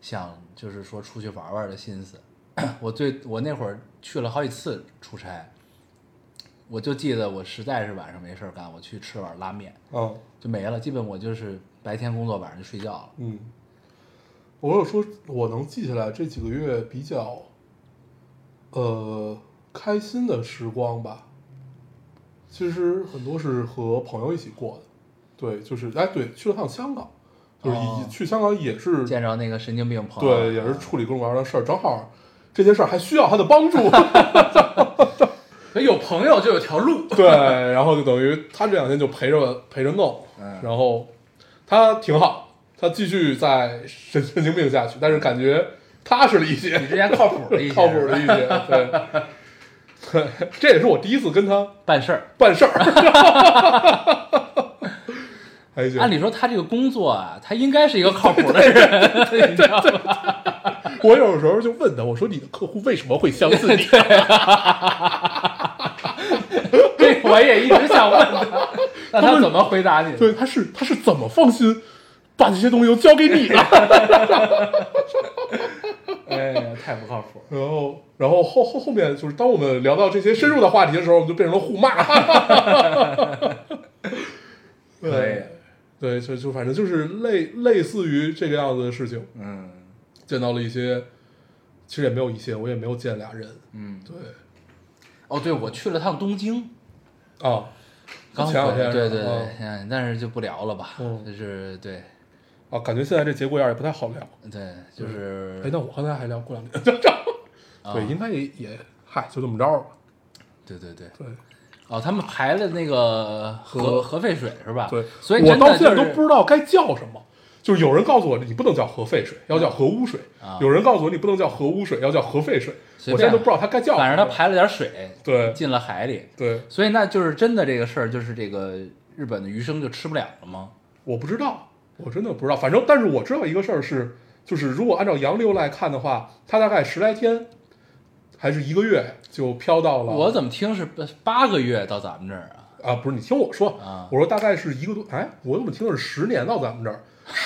S3: 想就是说出去玩玩的心思。 我最我那会儿去了好几次出差，我就记得我实在是晚上没事儿干，我去吃碗拉面
S2: 啊
S3: 就没了，基本我就是白天工作，晚上就睡觉了。
S2: 嗯，我有说我能记下来这几个月比较，呃，开心的时光吧。其实很多是和朋友一起过的，对，就是哎，对，去了趟香港，就是一、
S3: 哦
S2: 去香港也是
S3: 见着那个神经病朋友，
S2: 对，也是处理各种各样的事儿，正好这些事儿还需要他的帮助，
S3: 所以哎有朋友就有条路。
S2: 对，然后就等于他这两天就陪着陪着弄，
S3: 嗯
S2: 然后他挺好，他继续在神神经病下去，但是感觉踏实了一些，
S3: 比之前靠谱了一些，
S2: 靠谱了一些，对，对， 这也是我第一次跟他
S3: 办事儿。
S2: 办事儿， 还行
S3: 按，理说他这个工作啊，他应该是一个靠谱的人，你知道吧？
S2: 我有时候就问他，我说你的客户为什么会相 信你？
S3: 这我也一直想问他，那他怎么回答你？
S2: 对，他是他是怎么放心把这些东西都交给你了？
S3: 哎呀，太不靠谱了。
S2: 然后，然后后后后面就是当我们聊到这些深入的话题的时候，我们就变成了互骂。
S3: 哎
S2: 对，对，就就反正就是类类似于这个样子的事情，
S3: 嗯
S2: 见到了一些，其实也没有一些，我也没有见俩人。
S3: 嗯，
S2: 对，
S3: 哦，对，我去了趟东京，
S2: 啊，
S3: 刚回
S2: 前两天哦
S3: 来，对
S2: 是
S3: 对
S2: 吧
S3: 对，嗯，但是就不聊了吧，
S2: 嗯
S3: 就是对
S2: 啊，感觉现在这节骨眼儿也不太好聊。
S3: 对，啊就是
S2: 哎，那我刚才还聊过两天， 对，应该也也嗨，就这么着吧。
S3: 对对对，
S2: 对
S3: 哦，他们排了那个核
S2: 核
S3: 核废水是吧？
S2: 对，
S3: 啊所以
S2: 我
S3: 真的
S2: 到现
S3: 就
S2: 在都
S3: 是
S2: 不知道该叫什么。就是有人告诉我，你不能叫核废水，要叫核污水；
S3: 啊
S2: 有人告诉我，你不能叫核污水，要叫核废水。
S3: 随便
S2: 我现在都不知道它该叫什么。
S3: 反正他排了点水，
S2: 对
S3: 进了海里，
S2: 对，
S3: 所以那就是真的这个事儿，就是这个日本的鱼生就吃不了了吗？
S2: 我不知道，我真的不知道。反正，但是我知道一个事儿是，就是如果按照洋流来看的话，它大概十来天，还是一个月就飘到了
S3: 我怎么听是八八个月到咱们这儿啊？
S2: 啊，不是你听我说
S3: 啊，
S2: 我说大概是一个多，哎，我怎么听的是十年到咱们 这儿，是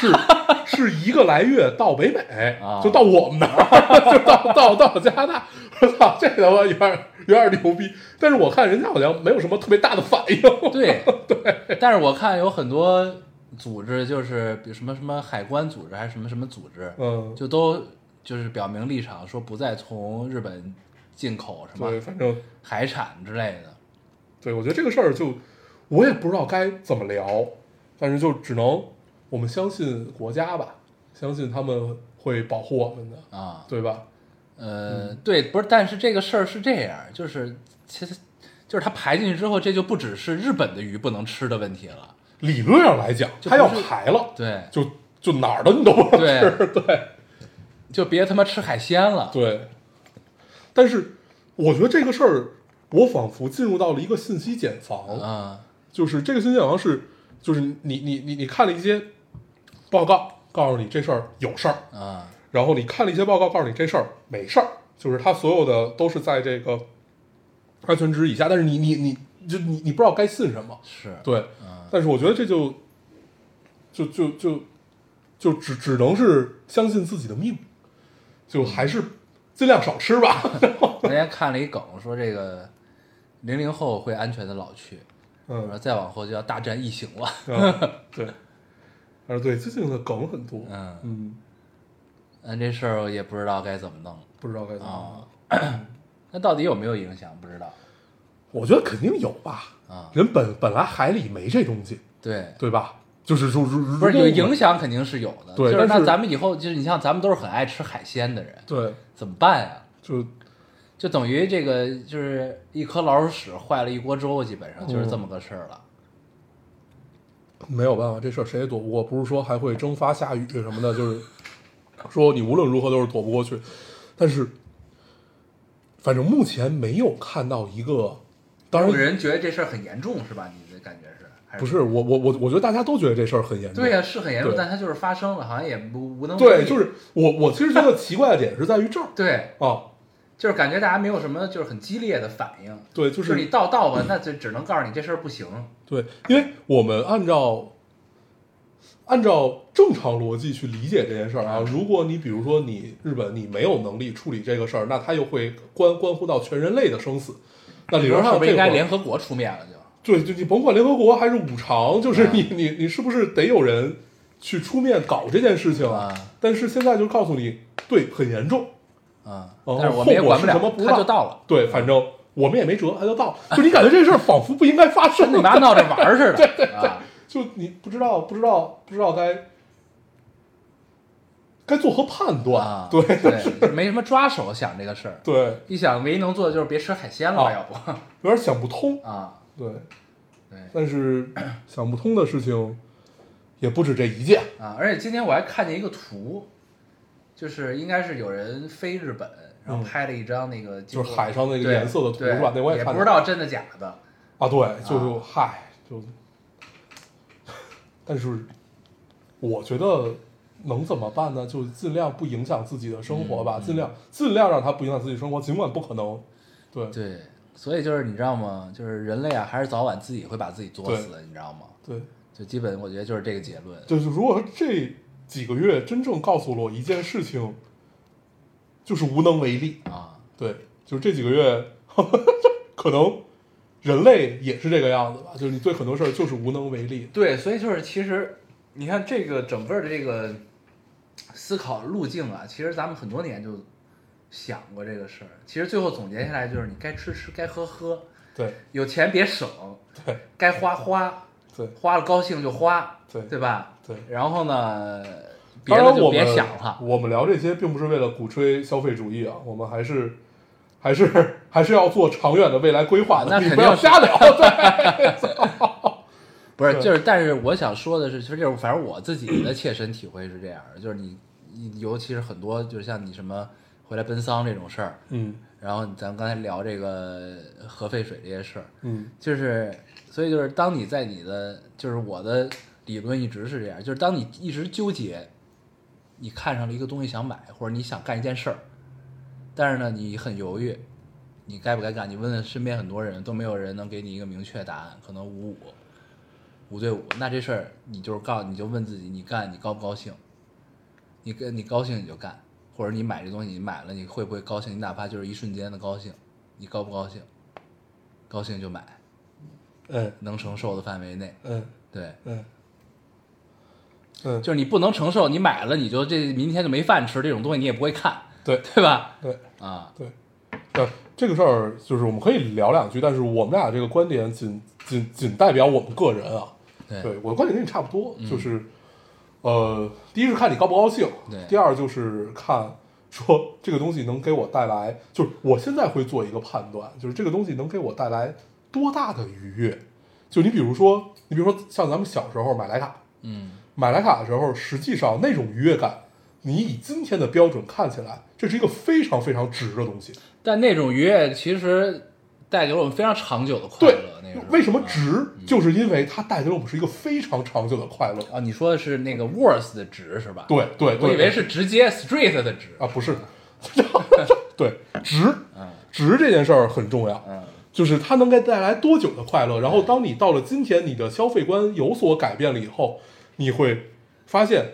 S2: 是一个来月到北美
S3: 啊，
S2: 就到我们那儿，就 到到到加拿大，我操，这他妈有点有点牛逼，但是我看人家好像没有什么特别大的反应，
S3: 对对，但是我看有很多组织，就是比如什么什么海关组织还是什么什么组织，
S2: 嗯，
S3: 就都就是表明立场，说不再从日本进口什
S2: 对，
S3: 么
S2: 反正
S3: 海产之类的。
S2: 对，我觉得这个事儿就我也不知道该怎么聊，但是就只能我们相信国家吧，相信他们会保护我们的，
S3: 啊，
S2: 对吧？嗯
S3: 呃，对，不是，但是这个事儿是这样，就是其实就是它排进去之后，这就不只是日本的鱼不能吃的问题了，
S2: 理论上来讲，
S3: 就
S2: 他要
S3: 不是
S2: 排了，
S3: 对，
S2: 就就哪儿的你都不能吃，对
S3: 就别他妈吃海鲜了，
S2: 对。但是我觉得这个事儿，我仿佛进入到了一个信息茧房，
S3: 啊，
S2: 就是这个信息茧房是，就是你你你你看了一些报告，告诉你这事儿有事儿，
S3: 啊，
S2: 然后你看了一些报告，告诉你这事儿没事儿，就是它所有的都是在这个安全值以下，但是你你你就你你不知道该信什么，
S3: 是，
S2: 对，
S3: 嗯
S2: 但是我觉得这就就就就就只只能是相信自己的命，就还是尽量少吃吧。
S3: 我那天看了一梗，说这个零零后会安全的老去，我说
S2: 嗯，
S3: 再往后就要大战异形了。
S2: 嗯对，但是对最近的梗很多，
S3: 嗯，
S2: 嗯，
S3: 但嗯这事儿我也不知道该怎么弄
S2: 不知道该怎么
S3: 啊
S2: 办。、
S3: 那到底有没有影响？不知道
S2: 我觉得肯定有吧，
S3: 啊。
S2: 人本本来海里没这东西，
S3: 对，
S2: 对吧？就是说，如如
S3: 不是
S2: 如
S3: 有
S2: 果我
S3: 影响肯定是有的。
S2: 对
S3: 就是
S2: 但
S3: 那
S2: 是
S3: 咱们以后就是你像咱们都是很爱吃海鲜的人，
S2: 对，
S3: 怎么办啊呀？
S2: 就
S3: 就等于这个就是一颗老鼠屎坏了一锅粥，基本上
S2: 嗯
S3: 就是这么个事儿了。
S2: 没有办法，这事儿谁也躲不过。不是说还会蒸发下雨什么的，就是说你无论如何都是躲不过去。但是，反正目前没有看到一个，当然
S3: 人觉得这事儿很严重是吧？你的感觉是？还
S2: 不是我我我我觉得大家都觉得这事儿很严重。
S3: 对啊呀、是很严重，
S2: 对
S3: 但它就是发生了，好像也无无能为
S2: 对，
S3: 力
S2: 就是我我其实觉得奇怪的点是在于这儿
S3: 对，
S2: 啊，
S3: 就是感觉大家没有什么就是很激烈的反应，
S2: 对，就
S3: 就是你
S2: 是
S3: 到到吧，那就只能告诉你这事儿不行，
S2: 对，因为我们按照。按照正常逻辑去理解这件事儿啊，如果你比如说你日本你没有能力处理这个事儿，那它又会关关乎到全人类的生死，那理
S3: 比如
S2: 论
S3: 说是
S2: 上
S3: 不是
S2: 这
S3: 应该
S2: 会儿
S3: 联合国出面了就？
S2: 对，就你甭管联合国还是五常，就是
S3: 啊
S2: 你、你你是不是得有人去出面搞这件事情？
S3: 啊
S2: 但是现在就告诉你，对，很严重，
S3: 啊、
S2: 哦
S3: 但是我们也管不
S2: 后果是什么
S3: 了
S2: 不，知道
S3: 他就到 了，
S2: 对，反正我们也没辙，他 就到。就你感觉这事儿仿佛不应该发生
S3: 跟你妈闹着玩儿似的啊！
S2: 就你不知道不知道不知道该该做何判断？
S3: 啊，
S2: 对
S3: 对，没什么抓手想这个事儿，
S2: 对，
S3: 一想唯一能做的就是别吃海鲜了吧，
S2: 啊
S3: 要不
S2: 有点想不通。
S3: 啊，
S2: 对，
S3: 对
S2: 但是 想不通的事情也不止这一件。
S3: 啊，而且今天我还看见一个图，就是应该是有人飞日本，然后
S2: 嗯
S3: 拍了一张那个
S2: 就
S3: 经
S2: 是
S3: 过
S2: 海上那个
S3: 对
S2: 颜色的图
S3: 对
S2: 是吧那我也
S3: 也
S2: 看
S3: 不
S2: 见
S3: 知道真的假的。
S2: 啊，对，就就嗨，就，但是我觉得能怎么办呢？就尽量不影响自己的生活吧，
S3: 嗯
S2: 尽量尽量让它不影响自己生活，尽管不可能。对
S3: 对，所以就是你知道吗？就是人类啊，还是早晚自己会把自己作死的，你知道吗？
S2: 对，
S3: 就基本我觉得就是这个结论。
S2: 就是如果这几个月真正告诉了我一件事情，就是无能为力。
S3: 啊，
S2: 对，就是这几个月，可能人类也是这个样子吧，就是你对很多事儿就是无能为力。
S3: 对，所以就是其实你看这个整个的这个思考路径啊，其实咱们很多年就想过这个事儿。其实最后总结下来就是，你该吃吃，该喝喝，
S2: 对
S3: 有钱别省，
S2: 对
S3: 该花花，
S2: 对
S3: 花了高兴就花，
S2: 对
S3: 对吧？
S2: 对。
S3: 然后呢，别
S2: 当然
S3: 的
S2: 我们
S3: 就别想了。
S2: 我们聊这些并不是为了鼓吹消费主义啊，我们还是还是还是要做长远的未来规划的。
S3: 那
S2: 你
S3: 肯
S2: 不要
S3: 定是
S2: 瞎聊。
S3: 不是，
S2: 对
S3: 就是，但是我想说的是，其实就是，反正我自己的切身体会是这样的，就是你，你尤其是很多，就是像你什么回来奔丧这种事儿，
S2: 嗯
S3: 然后咱们刚才聊这个核废水这些事儿，
S2: 嗯
S3: 就是，所以就是，当你在你的，就是我的理论一直是这样，就是当你一直纠结，你看上了一个东西想买，或者你想干一件事儿，但是呢，你很犹豫，你该不该干？你问了身边很多人都没有人能给你一个明确答案，可能五五五对五，那这事儿你就是告你就问自己，你干你高不高兴？你跟你高兴你就干，或者你买这东西你买了你会不会高兴？你哪怕就是一瞬间的高兴，你高不高兴？高兴就买，
S2: 嗯
S3: 能承受的范围内，
S2: 嗯
S3: 对，
S2: 嗯嗯，
S3: 就是你不能承受，你买了你就这明天就没饭吃，这种东西你也不会看，
S2: 对
S3: 对吧？
S2: 对
S3: 啊，
S2: 对，呃，这个事儿就是我们可以聊两句，但是我们俩这个观点仅仅仅代表我们个人啊，
S3: 对嗯
S2: 对我的观点跟你差不多，就是，呃，第一是看你高不高兴，
S3: 对
S2: 第二就是看说这个东西能给我带来，就是我现在会做一个判断，就是这个东西能给我带来多大的愉悦。就你比如说，你比如说像咱们小时候买徕卡，
S3: 嗯，
S2: 买徕卡的时候，实际上那种愉悦感，你以今天的标准看起来，这是一个非常非常值的东西。
S3: 但那种愉悦其实带给我们非常长久的快
S2: 对
S3: 乐。那个时候
S2: 为什么
S3: 啊
S2: 值？就是因为它带给了我们是一个非常长久的快乐。
S3: 啊？你说的是那个 worth 的值是吧？，
S2: 对对对，
S3: 我以为是直接 straight 的值。
S2: 啊，不 是，对，值，值这件事儿很重要，
S3: 嗯，
S2: 就是它能给带来多久的快乐。然后，当你到了今天，你的消费观有所改变了以后，你会发现，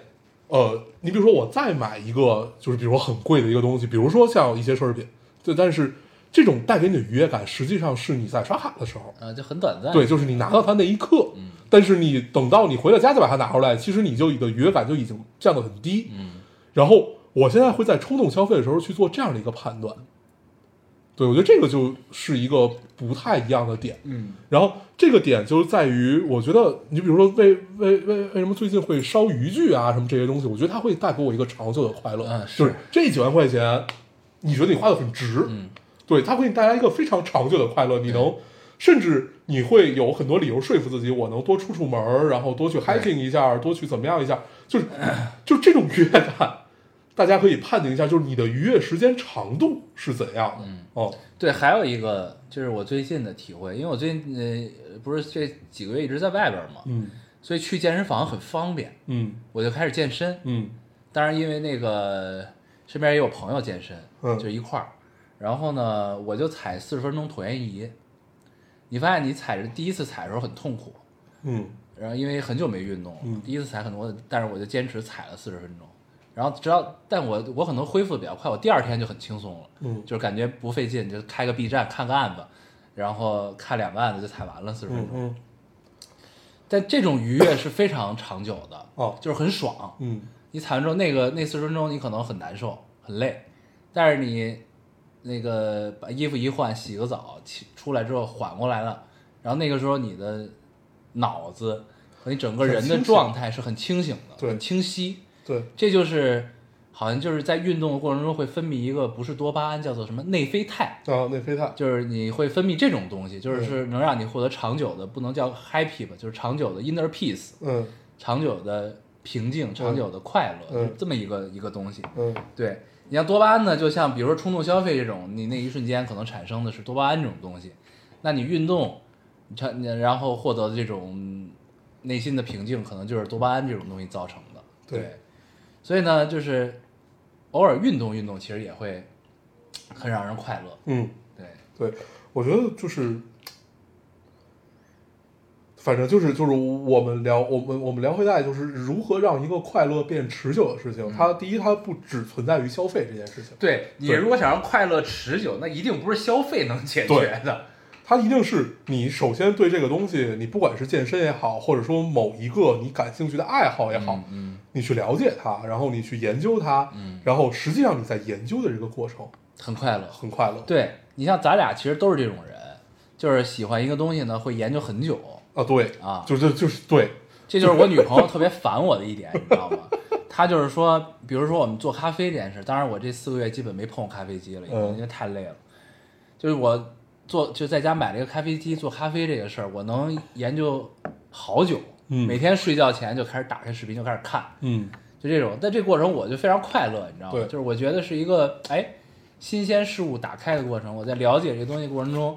S2: 呃，你比如说我再买一个，就是比如说很贵的一个东西，比如说像一些奢侈品，对，但是这种带给你的愉悦感，实际上是你在刷卡的时候，
S3: 啊，就很短暂。
S2: 对，，就是你拿到它那一刻，但是你等到你回到家再把它拿出来，其实你就你的愉悦感就已经降得很低。
S3: 嗯，
S2: 然后我现在会在冲动消费的时候去做这样的一个判断。对，我觉得这个就是一个不太一样的点。
S3: 嗯，
S2: 然后这个点就是在于，我觉得你比如说为为为为什么最近会烧渔具啊什么这些东西，我觉得它会带给我一个长久的快乐。
S3: 嗯
S2: 就是这几万块钱，你觉得你花的很值，嗯，对，它会给你带来一个非常长久的快乐，你能。甚至你会有很多理由说服自己，我能多出出门儿，然后多去 hiking 一下，多去怎么样一下，就是 就这种愉悦感，大家可以判定一下，就是你的愉悦时间长度是怎样的。嗯，哦，
S3: 对，还有一个就是我最近的体会，因为我最近呃不是这几个月一直在外边嘛，
S2: 嗯
S3: 所以去健身房很方便，
S2: 嗯
S3: 我就开始健身。
S2: 嗯
S3: 当然，因为那个身边也有朋友健身，
S2: 嗯
S3: 就一块儿。然后呢，我就踩四十分钟椭圆仪。你发现你踩着第一次踩的时候很痛苦，
S2: 嗯
S3: 然后因为很久没运动了，
S2: 嗯
S3: 第一次踩很多，但是我就坚持踩了四十分钟。然后直到，但我我可能恢复的比较快，我第二天就很轻松了，
S2: 嗯
S3: 就是感觉不费劲，就开个 B 站看个案子，然后看两个案子就踩完了四十分
S2: 嗯
S3: 钟。
S2: 嗯
S3: 但这种愉悦是非常长久的，
S2: 哦
S3: 就是很爽。
S2: 嗯
S3: 你踩完之后，那个那四十分钟你可能很难受、很累，但是你那个把衣服一换，洗个澡，起出来之后缓过来了，然后那个时候你的脑子和你整个人
S2: 很
S3: 的
S2: 清醒
S3: 状态是很清醒的，
S2: 对
S3: 很清晰。
S2: 对，
S3: 这就是好像就是在运动的过程中会分泌一个不是多巴胺，叫做什么内啡肽，
S2: 啊，内啡肽，
S3: 就是你会分泌这种东西，就是
S2: 对
S3: 是能让你获得长久的，不能叫 happy 吧，就是长久的 inner peace。
S2: 嗯
S3: 长久的平静、长久的快乐，
S2: 嗯
S3: 就这么一个一个东西。
S2: 嗯
S3: 对，你像多巴胺呢，就像比如说冲动消费这种，你那一瞬间可能产生的是多巴胺这种东西。那你运动，你产然后获得的这种内心的平静，可能就是多巴胺这种东西造成的。
S2: 对
S3: 所以呢，就是偶尔运动运动，其实也会很让人快乐。
S2: 嗯，
S3: 对，
S2: 对，我觉得就是，反正就是就是我们聊我们我们聊回来就是如何让一个快乐变持久的事情。它第一，它不只存在于消费这件事情，
S3: 对你
S2: 对
S3: 如果想让快乐持久，那一定不是消费能解决
S2: 对
S3: 的。
S2: 它一定是你首先对这个东西，你不管是健身也好，或者说某一个你感兴趣的爱好也好，
S3: 嗯，
S2: 你去了解它，然后你去研究它，
S3: 嗯
S2: 然后实际上你在研究的这个过程
S3: 很快乐。
S2: 很快乐。
S3: 对你像咱俩其实都是这种人，就是喜欢一个东西呢，会研究很久。
S2: 啊，对
S3: 啊
S2: 就就就是对，
S3: 这就是我女朋友特别烦我的一点，你知道吗？她就是说，比如说我们做咖啡这件事，当然我这四个月基本没碰咖啡机了，已经
S2: 嗯
S3: 因为太累了。就是我做就在家买了一个咖啡机做咖啡这个事儿，我能研究好久，
S2: 嗯
S3: 每天睡觉前就开始打开视频就开始看，
S2: 嗯
S3: 就这种，在这个过程我就非常快乐，你知道吗
S2: 对？
S3: 就是我觉得是一个哎新鲜事物打开的过程，我在了解这东西过程中，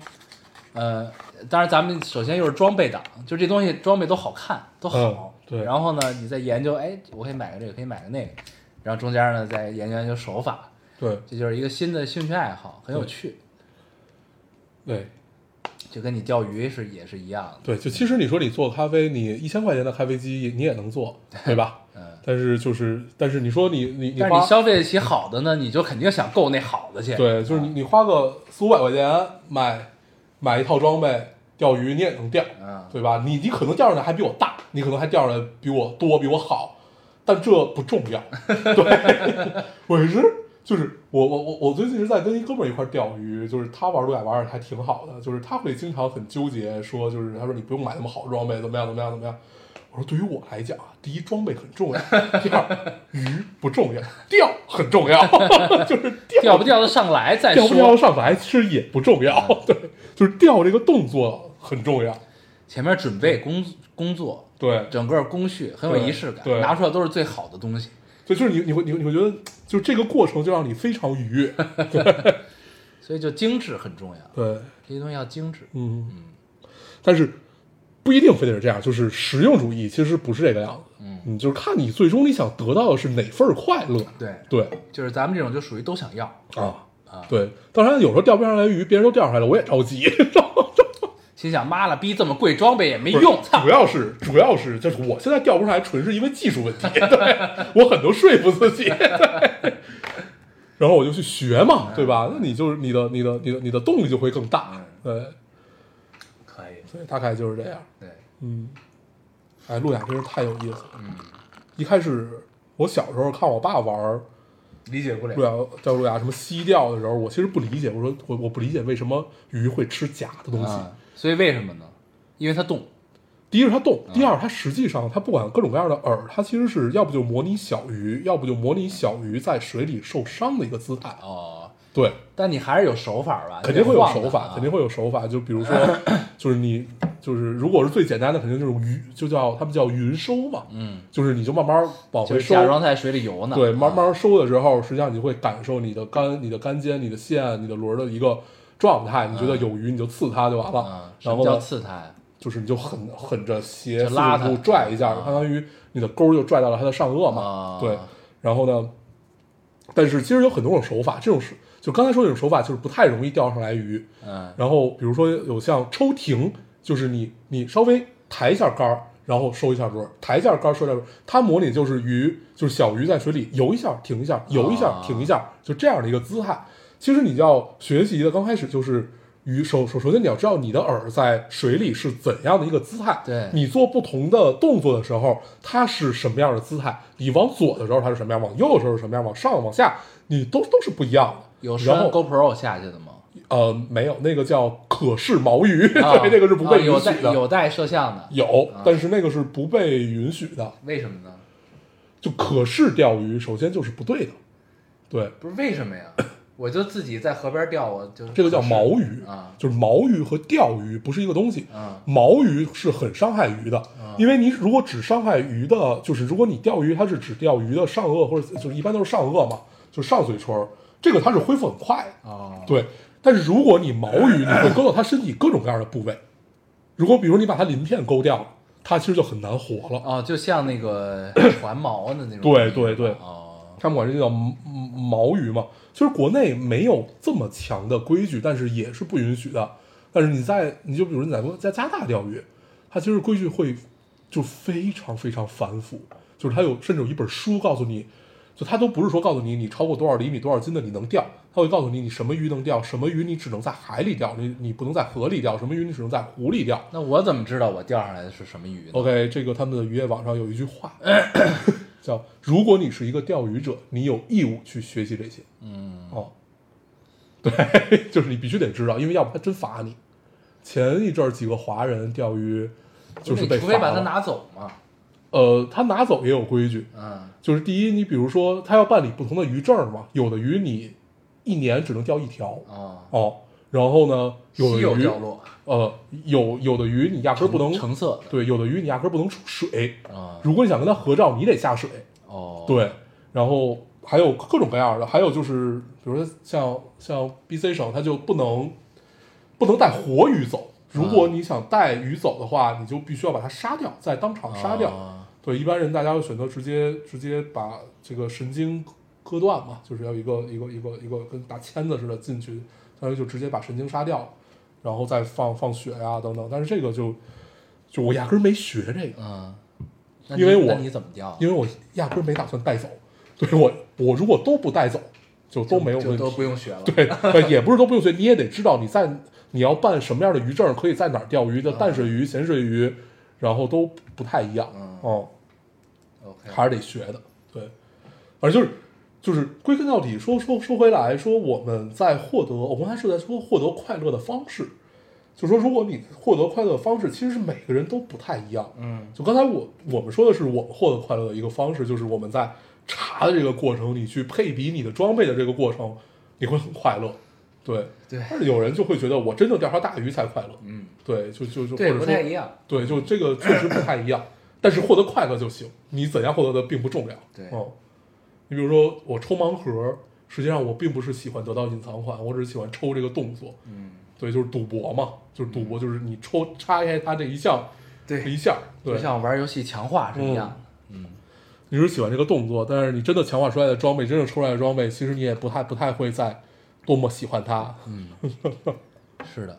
S3: 呃，当然咱们首先又是装备党，就这东西装备都好看，都好，
S2: 嗯对
S3: 然后呢，你再研究，哎，我可以买个这个，可以买个那个，然后中间呢再研究研究手法，
S2: 对
S3: 这就是一个新的兴趣爱好，很有趣，
S2: 对
S3: 就跟你钓鱼是也是一样的。
S2: 对，就其实你说你做咖啡，你一千块钱的咖啡机你也 能做，对吧？
S3: 嗯，
S2: 但是就是，但是你说你你你
S3: 但是你
S2: 花
S3: 消费得起好的呢，你就肯定想够那好的去。
S2: 对，就是你你花个四五百块钱买买一套装备，钓鱼你也能钓，
S3: 嗯，
S2: 对吧？你你可能钓上来还比我大，你可能还钓上来比我多，比我好，但这不重要。 对， 我是就是我我我我最近是在跟一哥们儿一块儿钓鱼，就是他玩陆海玩的还挺好的，就是他会经常很纠结，说就是他说你不用买那么好的装备，怎么样怎么样怎么样。我说对于我来讲啊，第一装备很重要，第二鱼不重要，钓很重要， 就是钓
S3: 钓不钓得上来再
S2: 钓不钓
S3: 说。
S2: 上来其实也不重要， 对，就是钓这个动作很重要，
S3: 前面准
S2: 嗯
S3: 备工工作，
S2: 对，
S3: 整个工序很有
S2: 对
S3: 仪式感，
S2: 对
S3: 拿出来都是最好的东西。
S2: 所以就是你你会你会你会觉得，就这个过程就让你非常愉悦，
S3: 所以就精致很重要，
S2: 对，
S3: 这些东西要精致。
S2: 嗯，但是不一定非得是这样，就是实用主义其实不是这个样子，
S3: 嗯
S2: 你就是看你最终你想得到的是哪份儿快乐，
S3: 对，
S2: 对
S3: 就是咱们这种就属于都想要，
S2: 啊
S3: 啊
S2: 对，当然有时候钓不上来鱼，别人都钓上来了，我也着急，
S3: 心想妈了逼这么贵装备也没用，操
S2: 主！要是主要是就是我现在钓不上来，纯是因为技术问题。 对，我很能说服自己。 对然后我就去学嘛，对
S3: 嗯
S2: 吧？那你就是你的你的你的你的动力就会更大。对，
S3: 可以，
S2: 所以大概就是这样。
S3: 对，
S2: 嗯，哎，路亚真是太有意思了。嗯，一开始我小时候看我爸玩
S3: 理解不了
S2: 路。亚叫路亚什么西钓的时候，我其实不理解，我说我我不理解为什么鱼会吃假的东西。
S3: 啊，所以为什么呢？因为它动，
S2: 第一是它动，
S3: 嗯
S2: 第二它实际上它不管各种各样的饵，它其实是要不就模拟小鱼，要不就模拟小鱼在水里受伤的一个姿态。
S3: 哦，
S2: 对，
S3: 但你还是有手法吧？
S2: 肯定会有手
S3: 得晃的
S2: 法，
S3: 啊
S2: 肯定会有手法。就比如说， 就是你就是如果是最简单的，肯定就是鱼，就叫他们叫云收嘛，
S3: 嗯，
S2: 就是你就慢慢往
S3: 就
S2: 回
S3: 是
S2: 收。
S3: 假装在水里游呢。
S2: 对，
S3: 啊
S2: 慢慢收的时候，实际上你会感受你的杆、你的杆尖、你的线、你的轮儿的一个状态。你觉
S3: 嗯
S2: 得有鱼，你就刺它就完了
S3: 啊，。什
S2: 然
S3: 么
S2: 后
S3: 叫
S2: 呢，
S3: 刺它？
S2: 就是你就狠狠着鞋
S3: 就拉
S2: 四十五
S3: 它
S2: 度拽一下，
S3: 啊
S2: 相当于你的钩就拽到了它的上颚嘛。
S3: 啊
S2: 对，然后呢，但是其实有很多种手法，这种手就刚才说的这种手法就是不太容易钓上来鱼。
S3: 嗯，
S2: 然后比如说有像抽停，就是你你稍微抬一下杆儿，然后收一下轮儿，抬一下杆儿收一下轮儿，它模拟就是鱼，就是小鱼在水里游一下停一下，游一下
S3: 啊
S2: 停一下，就这样的一个姿态。其实你要学习的刚开始就是鱼，首首首先你要知道你的饵在水里是怎样的一个姿态，
S3: 对
S2: 你做不同的动作的时候，它是什么样的姿态，你往左的时候它是什么样，往右的时候是什么样，往上往下，你都都是不一样的。
S3: 有
S2: 然
S3: 拴
S2: 后
S3: GoPro 下去的吗？
S2: 呃，没有，那个叫可视毛鱼，
S3: 啊
S2: 对，那个是不
S3: 啊
S2: 被
S3: 有
S2: 允许
S3: 带
S2: 的。
S3: 有带摄像的，
S2: 有
S3: 啊
S2: 但是那个是不被允许的。
S3: 为什么呢？
S2: 就可视钓鱼，首先就是不对的，对，
S3: 不是为什么呀？我就自己在河边钓，我就
S2: 这个叫毛鱼
S3: 啊
S2: 就是毛鱼和钓鱼不是一个东西。
S3: 啊
S2: 毛鱼是很伤害鱼的，因为你如果只伤害鱼的，就是如果你钓鱼，它是只钓鱼的上颚或者就是一般都是上颚嘛，就上嘴唇儿，这个它是恢复很快的。
S3: 哦，
S2: 对，但是如果你毛鱼，你会勾到它身体各种各样的部位。如果比如你把它鳞片勾掉了，它其实就很难活了。
S3: 哦，就像那 个船锚的那种。
S2: 对对对
S3: 哦，
S2: 他们管这叫毛毛鱼嘛。其实国内没有这么强的规矩，但是也是不允许的。但是你在你就比如你在在加拿大钓鱼，它其实规矩会就非常非常繁复，就是它有甚至有一本书告诉你，就它都不是说告诉你你超过多少厘米多少斤的你能钓，它会告诉你你什么鱼能钓，什么鱼你只能在海里钓，你你不能在河里钓，什么鱼你只能在湖里钓。
S3: 那我怎么知道我钓上来的是什么鱼呢？
S2: OK，这个他们的渔业网上有一句话 叫“如果你是一个钓鱼者，你有义务去学习这些”。嗯，哦， 对，就是你必须得知道，因为要不他真罚你。前一阵儿几个华人钓鱼就是被
S3: 除非
S2: 罚
S3: 把它
S2: 了
S3: 拿走嘛。
S2: 呃，他拿走也有规矩，
S3: 嗯，
S2: 就是第一，你比如说他要办理不同的鱼证儿嘛，有的鱼你一年只能钓一条
S3: 哦，
S2: 哦，然后呢，有
S3: 稀有
S2: 的鱼
S3: 掉落，
S2: 呃有有的鱼你压根儿不能
S3: 橙色的
S2: 对，有的鱼你压根儿不能出水。
S3: 啊，
S2: 如果你想跟它合照，你得下水。
S3: 哦，，
S2: 对，然后还有各种各样的，还有就是，比如说像像 B C 省，它就不能不能带活鱼走。如果你想带鱼走的话，你就必须要把它杀掉，在当场杀掉。
S3: 哦
S2: 对，一般人大家会选择直接直接把这个神经割断嘛，就是要一个一个一个一个跟打签子似的进去，相当于就直接把神经杀掉了，然后再放放血呀、等等。但是这个就就我压根儿没学这个，
S3: 嗯，那
S2: 因为
S3: 你
S2: 我
S3: 那你怎么啊掉？
S2: 因为我压根儿没打算带走。 对我我如果都不带走，就都没有
S3: 就
S2: 问
S3: 都不
S2: 题。
S3: 用学了。
S2: 对，呃也不是都不用学，你也得知道你在你要办什么样的鱼证，可以在哪儿钓鱼的，淡水鱼、咸水鱼，然后都不太一样。
S3: 嗯
S2: 哦、
S3: ，OK，
S2: 还是得学的。对，而就是就是归根到底说说说回来说，我们在获得，我刚才是在说获得快乐的方式，就说如果你获得快乐的方式，其实是每个人都不太一样。
S3: 嗯
S2: 就刚才我我们说的是我们获得快乐的一个方式，就是我们在查的这个过程，你去配比你的装备的这个过程，你会很快乐。对，
S3: 对
S2: 但是有人就会觉得我真正钓条大鱼才快乐。
S3: 嗯，
S2: 对，就就就
S3: 对，
S2: 或者
S3: 不
S2: 说
S3: 太一样。
S2: 对，就这个确实不太一样，但是获得快乐就行，你怎样获得的并不重要。
S3: 对
S2: 嗯，你比如说我抽盲盒，实际上我并不是喜欢得到隐藏款，我只是喜欢抽这个动作。
S3: 嗯，
S2: 对，就是赌博嘛，就是赌博，就是你抽拆开它这一项这一
S3: 对，
S2: 项，
S3: 就
S2: 对，嗯
S3: 像玩游戏强化是一样的。
S2: 你是喜欢这个动作，但是你真的强化出来的装备，真正抽出来的装备，其实你也不太不太会再多么喜欢它，
S3: 嗯是的。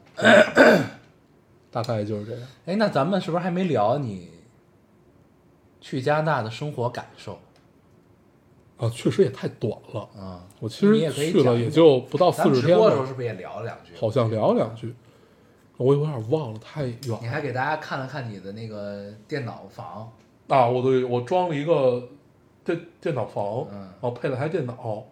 S2: 大概就是这样。
S3: 哎，那咱们是不是还没聊你去加拿大的生活感受
S2: 啊，确实也太短了，
S3: 啊？
S2: 我其实
S3: 你也可以
S2: 去
S3: 讲
S2: 了
S3: 一
S2: 也
S3: 讲
S2: 就不到
S3: 咱
S2: 四
S3: 们
S2: 十
S3: 直
S2: 天
S3: 播
S2: 吧。
S3: 的时候是不是也聊了两句？
S2: 好像聊两句，我有点忘了，太远
S3: 你还给大家看了看你的那个电脑房，
S2: 啊！我对我装了一个电电脑房，
S3: 嗯
S2: 然后配了台电脑，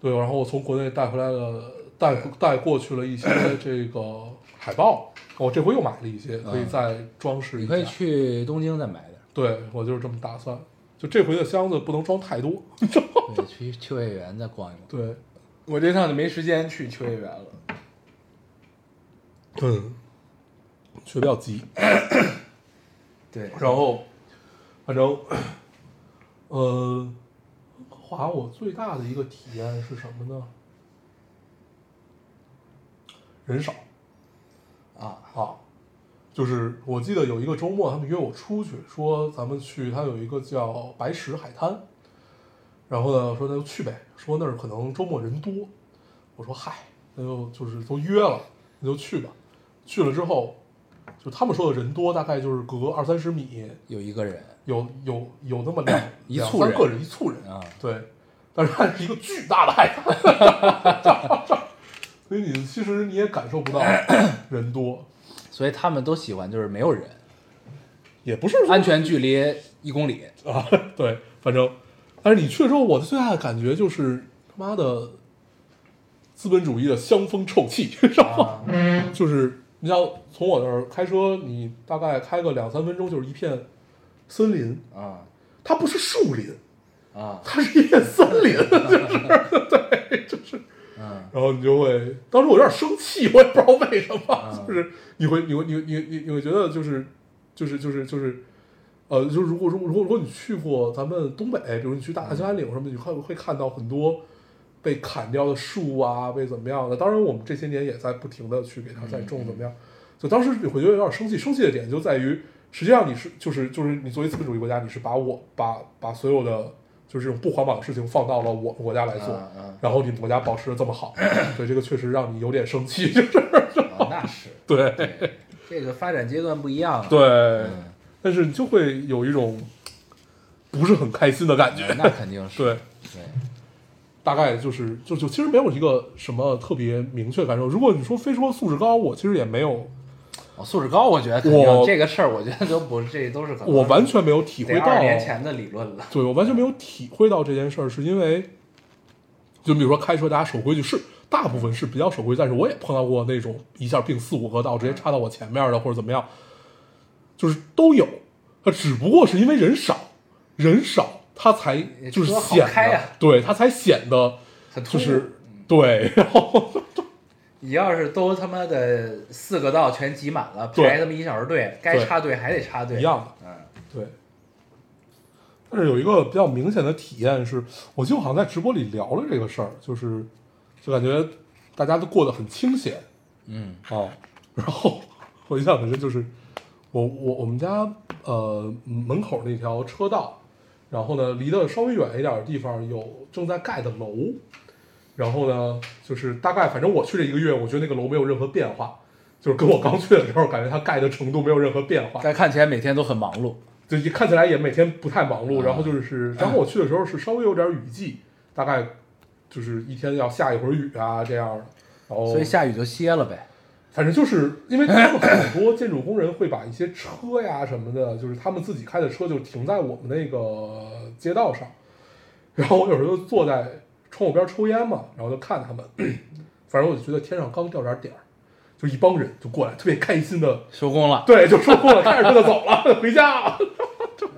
S2: 对，然后我从国内带回来了，带带过去了一些这个海报，我这回又买了一些，可以再装饰
S3: 嗯你
S2: 一
S3: 可以
S2: 下。
S3: 去东京再买点儿，
S2: 对我就是这么打算，就这回的箱子不能装太多。
S3: 对，去秋叶原再逛一逛。
S2: 对，
S4: 我这趟就没时间去秋叶原了。
S2: 嗯，去得比较急。
S4: 对，
S2: 然后，反正，呃，温哥华我最大的一个体验是什么呢？人少
S3: 啊
S2: 啊，就是我记得有一个周末，他们约我出去，说咱们去，他有一个叫白石海滩，然后呢，说那就去呗，说那儿可能周末人多，我说嗨，那就就是都约了，那就去吧。去了之后，就他们说的人多，大概就是隔二三十米，
S3: 有一个人
S2: 有有有那么两
S3: 一
S2: 两
S3: 簇
S2: 三
S3: 人
S2: 个人一簇人，
S3: 啊，
S2: 对，但是它是一个巨大的海滩， 所以你其实你也感受不到人多，
S3: 所以他们都喜欢就是没有人，
S2: 也不是说
S3: 安全距离一公里。
S2: 啊，对，反正，但是你去了之后，我的最大的感觉就是他妈的资本主义的香风臭气，你知道吗？就是你像从我那儿开车，你大概开个两三分钟，就是一片森林，
S3: 啊
S2: 它不是树林，
S3: 啊，
S2: 它是一片森林，就是对，就是。然后你就会，当时我有点生气，我也不知道为什么，就是你会，你会，你会你你你会觉得就是，就是就是就是，呃，就是如果如果如果如果你去过咱们东北，比如你去大兴安岭什么，你看会看到很多被砍掉的树啊，被怎么样的。当然，我们这些年也在不停的去给它再种怎么样。就当时你会觉得有点生气，生气的点就在于，实际上你是就是就是你作为资本主义国家，你是把我把把所有的就是这种不环保的事情放到了我们国家来做，
S3: 嗯嗯
S2: 然后你们国家保持的这 么好，所以这个确实让你有点 生气，就是嗯
S3: 啊那是
S2: 对
S3: 对，这个发展阶段不一样啊。
S2: 对，但是你就会有一种不是很开心的感觉，
S4: 嗯
S3: 那肯定是
S2: 对。
S3: 对
S2: 大概就是就就其实没有一个什么特别明确感受。如果你说非说素质高，我其实也没有，
S3: 哦，素质高，我觉得肯定
S2: 我
S3: 这个事儿，我觉得都不是，这都是可能
S2: 我完全没有体会
S4: 得
S2: 到啊
S4: 二年前的理论了。
S2: 对我完全没有体会到这件事儿，是因为，就比如说开车，大家守规矩是大部分是比较守规矩，但是我也碰到过那种一下并四五个道直
S4: 嗯
S2: 接插到我前面的，或者怎么样，就是都有，它只不过是因为人少，人少它才就是
S4: 车好
S2: 显
S4: 开
S2: 得，
S4: 啊
S2: 对它才显得
S4: 很突兀
S2: 就是对，然后
S4: 你要是都他妈的四个道全挤满了，
S2: 对
S4: 排他妈一小时队，该
S2: 对
S4: 插队还得插队，
S2: 一样的，对。但是有一个比较明显的体验是，我记得我好像在直播里聊了这个事儿，就是就感觉大家都过得很清闲，
S3: 嗯
S2: 哦，然后我印象很深，就是我我我们家呃门口那条车道，然后呢，离得稍微远一点的地方有正在盖的楼，然后呢，就是大概反正我去这一个月，我觉得那个楼没有任何变化，就是跟我刚去的时候感觉它盖的程度没有任何变化，
S3: 但看起来每天都很忙碌，
S2: 就一看起来也每天不太忙
S3: 嗯
S2: 碌。然后就是，然后我去的时候是稍微有点雨季，大概就是一天要下一会儿雨啊这样的。然后
S3: 所以下雨就歇了呗。
S2: 反正就是因为他们很多建筑工人会把一些车呀什么的，就是他们自己开的车就停在我们那个街道上，然后我有时候就坐在窗户边抽烟嘛，然后就看他们，反正我就觉得天上刚掉点点儿，就一帮人就过来，特别开心的，
S3: 收工了，
S2: 对，就收工了，开着车就走了， 回家了，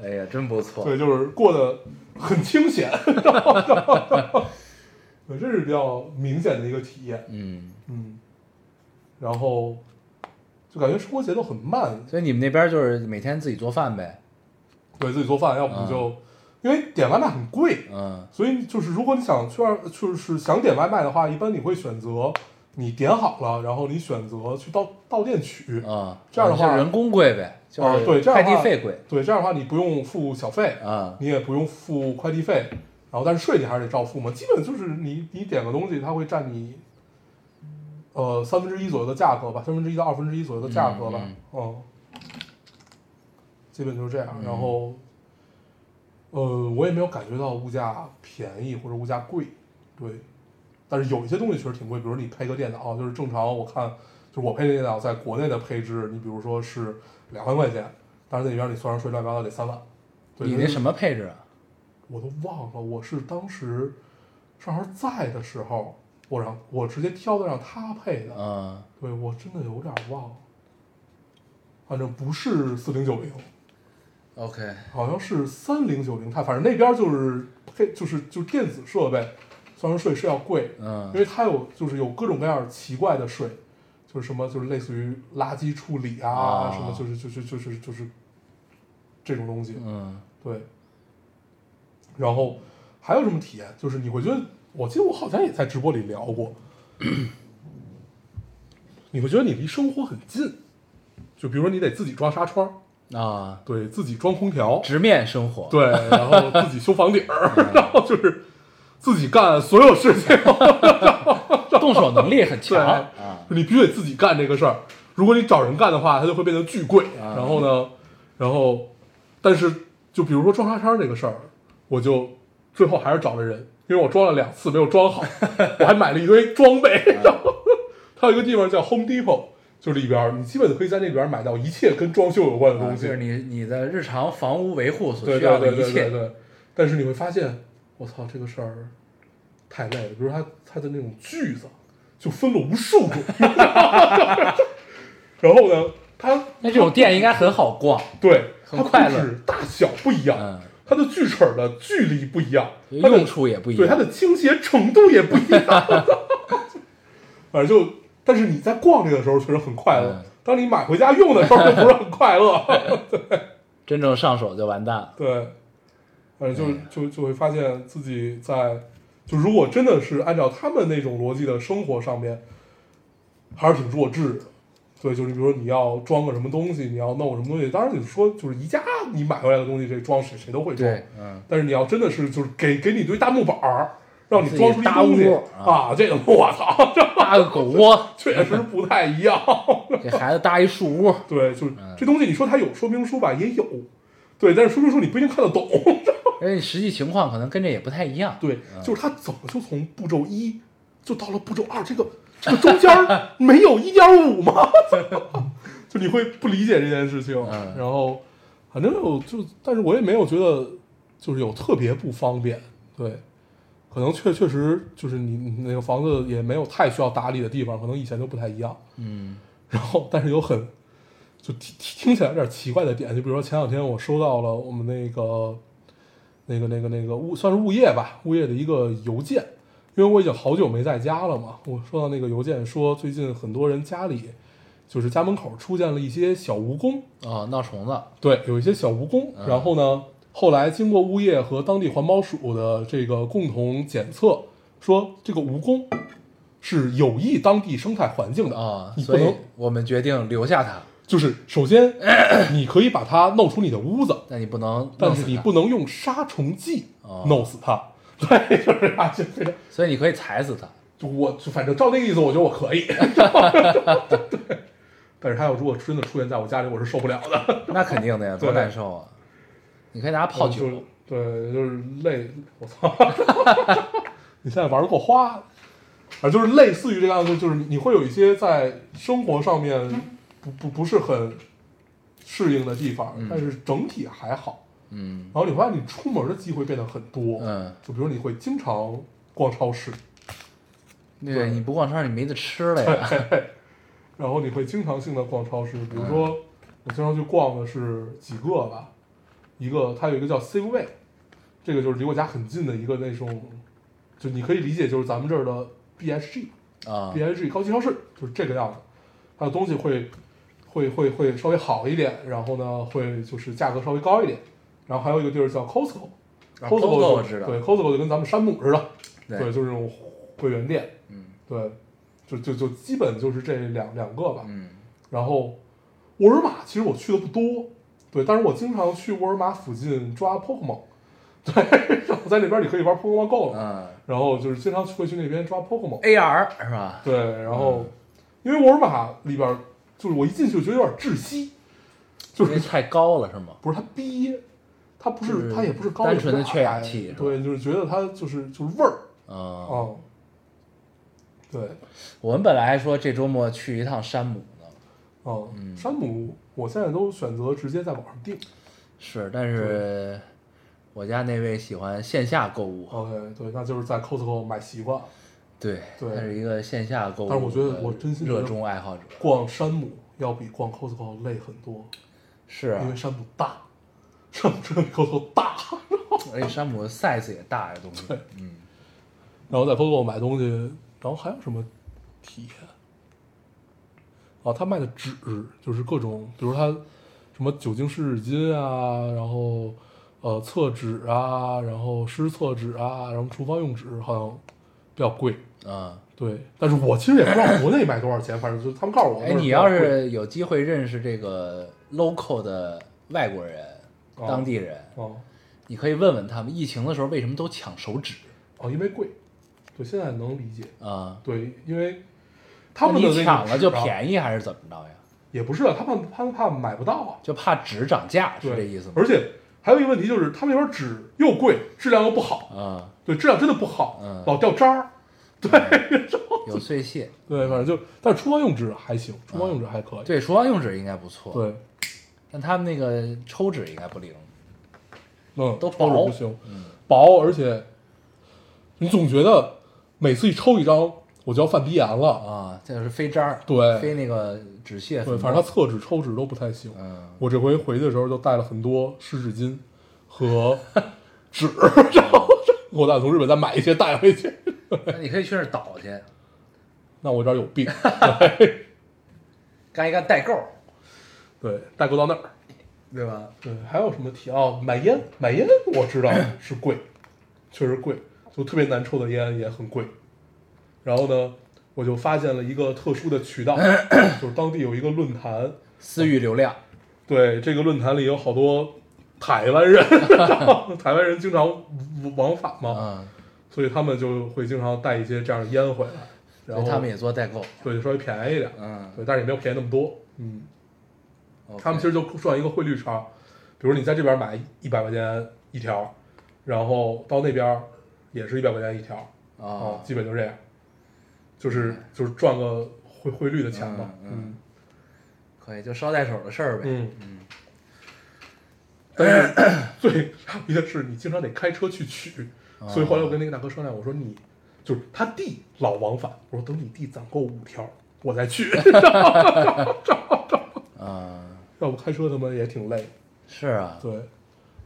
S4: 哎呀，真不错。
S2: 对，就是过得很清闲， 然后然后然后对，这是比较明显的一个体验，
S3: 嗯，
S2: 嗯，然后就感觉生活节奏很慢，
S3: 所以你们那边就是每天自己做饭呗，
S2: 对自己做饭，要不就、因为点外卖很贵，
S3: 嗯，
S2: 所以就是如果你想去外，就是想点外卖的话，一般你会选择你点好了，然后你选择去到到店取。
S3: 啊，
S2: 这样的话
S3: 就是人工贵呗，就
S2: 啊
S3: 是
S2: 对这
S3: 快
S2: 样的话
S3: 递费贵
S2: 对，这样的话你不用付小费，
S3: 啊，
S2: 你也不用付快递费，然后但是税你还是得照付嘛。基本就是你你点个东西，它会占你呃三分之一左右的价格吧，三分之一到二分之一左右的价格吧，
S3: 嗯
S2: 嗯基本就是这样。
S3: 嗯
S2: 然后，呃，我也没有感觉到物价便宜或者物价贵，对。但是有一些东西确实挺贵，比如你配个电脑，就是正常我看，就是我配的电脑在国内的配置，你比如说是两万块钱，但是那边你算上税乱七八糟得三万。对
S3: 你
S2: 就
S3: 那
S2: 是
S3: 什么配置啊？
S2: 我都忘了，我是当时正好在的时候，我让我直接挑的让他配的，
S3: 嗯，
S2: 对我真的有点忘了，反正不是四零九零，
S3: OK，
S2: 好像是三零九零，它反正那边就是配就是就是电子设备，算上税是要贵，因
S3: 嗯
S2: 为它有就是有各种各样奇怪的税，就是什么就是类似于垃圾处理啊，
S3: 啊
S2: 什么就是就是就是就是这种东西，
S3: 嗯，
S2: 对。然后还有什么体验？就是你会觉得，我记得我好像也在直播里聊过，你会觉得你离生活很近，就比如说你得自己装纱窗，
S3: 啊，
S2: 对自己装空调，
S3: 直面生活，
S2: 对，然后自己修房顶儿， 然后就是自己干所有事情，
S3: 动手能力很强
S2: 对
S3: 啊，
S2: 你必须得自己干这个事儿。如果你找人干的话，它就会变得巨贵。然后呢，然后，但是就比如说装纱窗这个事儿，我就最后还是找了人，因为我装了两次没有装好，我还买了一堆装备。然后它有一个地方叫 Home Depot，就里边儿你基本可以在那边买到一切跟装修有关的
S4: 啊
S2: 东
S4: 就
S2: 西
S4: 是。你你的日常房屋维护所
S2: 对
S4: 需
S2: 对
S4: 要
S2: 对
S4: 的一
S2: 对对
S4: 切，
S2: 对。但是你会发现，我操，这个事儿太累了。比如它它的那种锯子，就分了无数 种。然后呢，它
S3: 那这种店应该很好逛，
S2: 对
S3: 很
S2: 它
S3: 快
S2: 不
S3: 乐
S2: 止大小不一样
S3: 嗯，
S2: 它的锯齿儿的距离不一样，它的
S3: 用处也不一
S2: 对它
S3: 样，
S2: 的倾斜程度也不一样。反正就，但是你在逛这个时候确实很快乐
S3: 嗯，
S2: 当你买回家用的时候就不是很快乐。
S3: 真正上手就完蛋了，
S2: 对，反正就
S3: 嗯
S2: 就就会发现自己在，就如果真的是按照他们那种逻辑的生活上面，还是挺弱智的。对，就是比如说你要装个什么东西，你要弄个什么东西，当然你说就是宜家你买回来的东西，这装谁谁都会装。
S3: 对，嗯，
S2: 但是你要真的是就是给给你一堆大木板儿，让你
S3: 自己
S2: 装出一
S3: 搭
S2: 东西
S3: 屋啊
S2: 啊，这个我操，这
S3: 搭个狗窝，
S2: 确
S3: 嗯
S2: 实不太一样。
S3: 给孩子搭一树屋，
S2: 对，就是
S3: 嗯
S2: 这东西，你说它有说明书吧，也有，对，但是说明书你不一定看得懂。
S3: 而且哎实际情况可能跟这也不太一样，
S2: 对，就是他怎么就从步骤一就到了步骤二，这个这个中间儿没有一点五吗？ 就你会不理解这件事情，
S3: 嗯
S2: 然后反正我就，但是我也没有觉得就是有特别不方便，对，可能确确实就是你你那个房子也没有太需要打理的地方，可能以前就不太一样，
S3: 嗯
S2: 然后但是有很就听听起来有点奇怪的点，就比如说前两天我收到了我们那个那个那个那个物算是物业吧，物业的一个邮件，因为我已经好久没在家了嘛，我收到那个邮件说最近很多人家里就是家门口出现了一些小蜈蚣，
S3: 哦，闹虫子，
S2: 对，有一些小蜈蚣，然后呢，后来经过物业和当地环保署的这个共同检测，说这个蜈蚣是有益当地生态环境的
S3: 啊，
S2: 你不
S3: 所以
S2: 能
S3: 我们决定留下它。
S2: 就是首先 你可以把它弄出你的屋子，
S3: 但你不能，
S2: 但是你，不能用杀虫剂
S3: 哦
S2: 弄死它。对，就是啊，就非常，
S3: 所以你可以踩死他。
S2: 就我就反正照那个意思，我觉得我可以。对， 但是它要如果真的出现在我家里，我是受不了的。
S3: 那肯定的呀，
S2: 对
S3: 多难受啊！你可以拿泡
S2: 嗯就是
S3: 酒，
S2: 对，就是类，我操！ 你现在玩的够花，啊，就是类似于这个样子，就是你会有一些在生活上面不不不是很适应的地方，但是整体还好。
S3: 嗯
S2: 然后你发现你出门的机会变得很多，
S3: 嗯，
S2: 就比如你会经常逛超市，
S3: 对，你不逛超市你没得吃了 呀。啊
S2: 然后你会经常性的逛超市，比如说、
S3: 嗯
S2: 我经常去逛的是几个吧，一个它有一个叫 Safeway，这个就是离我家很近的一个那种，就你可以理解就是咱们这儿的 BHG，
S3: 啊
S2: B，I G 高级超市就是这个样子，它的东西会会会会稍微好一点，然后呢会就是价格稍微高一点，然后还有一个地儿叫 Costco，Costco、
S3: 啊，Costco 我
S2: 就
S3: 知道
S2: 对 Costco 就跟咱们山姆似的，
S3: 对
S2: 就是这种会员店，
S3: 嗯，
S2: 对，就就就基本就是这两两个吧，
S3: 嗯
S2: 然后沃尔玛其实我去的不多，对，但是我经常去沃尔玛附近抓 Pokemon，对，然后在那边你可以玩 Pokemon Go 了，
S3: 嗯哎
S2: 然后就是经常会去那边抓 Pokemon，
S3: ，AR 是吧？
S2: 对，然后、因为沃尔玛里边儿就是我一进去就觉得有点窒息，就
S3: 因为
S2: 是
S3: 太高了是吗？
S2: 不是它憋，它不是、
S3: 就是
S2: 它也不是高
S3: 单纯的
S2: 也不是
S3: 缺
S2: 矮
S3: 氧气是吧
S2: 对，就是觉得它就是就是味儿啊、
S3: 嗯，
S2: 对，
S3: 我们本来还说这周末去一趟山姆呢，
S2: 啊、
S3: 嗯
S2: 山姆我现在都选择直接在网上订
S3: 是，但是我家那位喜欢线下购物，
S2: ，OK，对，那就是在 Costco 买习惯，
S3: 对，
S2: 对
S3: 他是一个线下购物，
S2: 但是我觉得我真心觉得
S3: 热衷爱好者，
S2: 逛山姆要比逛 Costco 累很多，
S3: 是啊
S2: 因为山姆大，山姆真的比 Costco 大。
S3: 而且山姆的 size 也大呀，东西
S2: 对，
S3: 嗯，
S2: 然后在 Costco 买东西，然后还有什么体验？啊，他卖的纸就是各种，比如他什么酒精湿纸巾啊，然后呃厕纸啊，然后湿厕纸啊，然后厨房用纸好像比较贵。
S3: 啊，
S2: 对，但是我其实也不知道国内卖多少钱，反正就是他们告诉我那儿
S3: 哎，
S2: 比较贵。
S3: 你要是有机会认识这个 local 的外国人、
S2: 哦
S3: 当地人，
S2: 哦
S3: 你可以问问他们，疫情的时候为什么都抢手纸
S2: 哦，因为贵，对，现在能理解。
S3: 啊？
S2: 对，因为他们
S3: 那
S2: 的那
S3: 哦你
S2: 个
S3: 抢了就
S2: 纸啊，
S3: 便宜还是怎么着呀？
S2: 也不是啊他们他们怕买不到啊。
S3: 就怕纸涨价是
S2: 对，
S3: 这意思吗？
S2: 而且还有一个问题就是，他们那边纸又贵，质量又不好，
S3: 啊，
S2: 对，质量真的不好，
S3: 嗯
S2: 老掉渣儿。
S3: 有碎屑，
S2: 对，反正就，但是厨房用纸还行，厨房用纸还可以。
S3: 对，厨房用纸应该不错，，
S2: 对，
S3: 但他们那个抽纸应该不灵，
S2: 嗯，
S3: 都
S2: 抽
S3: 薄嗯
S2: 纸不行，薄，而且你总觉得每次一抽一张，我就要犯鼻炎了。
S3: 啊，这就是飞渣儿，
S2: 对
S3: 飞那个纸屑，
S2: 对，反正他厕纸、抽纸都不太行。
S3: 嗯，
S2: 我这回回去的时候就带了很多湿纸巾 和纸，我打算从日本再买一些带回去。
S3: 那你可以去那儿倒去，
S2: 那我这儿有病。
S3: 干一干代购，
S2: 对，代购到那儿。
S3: 对吧？
S2: 对，还有什么提哦？买烟，买烟我知道是贵，确实贵，就特别难抽的烟也很贵。然后呢，我就发现了一个特殊的渠道， 就是当地有一个论坛，
S3: 私域流量，
S2: 对，这个论坛里有好多台湾人， 然后台湾人经常往返嘛，
S3: 嗯，
S2: 所以他们就会经常带一些这样的烟回来，
S3: 所
S2: 然后
S3: 以他们也做代购，
S2: 对稍微便宜一点，
S3: 嗯，
S2: 对，但是也没有便宜那么多，嗯。
S3: OK
S2: 他们其实就赚一个汇率差，比如你在这边买一百块钱一条，然后到那边也是一百块钱一条啊，
S3: 啊，
S2: 基本就这样，就是就是赚个汇汇率的钱吧。
S3: 嗯
S2: 嗯
S3: 可以，就捎带手的事儿呗，
S2: 嗯嗯。但
S3: 嗯
S2: 是 最傻逼的是，你经常得开车去取，
S3: 哦
S2: 所以后来我跟那个大哥商量，我说你就是他弟老往返，我说等你弟攒够五条，我再去，
S3: 嗯，
S2: 要不开车他妈也挺累，
S3: 是啊，
S2: 对，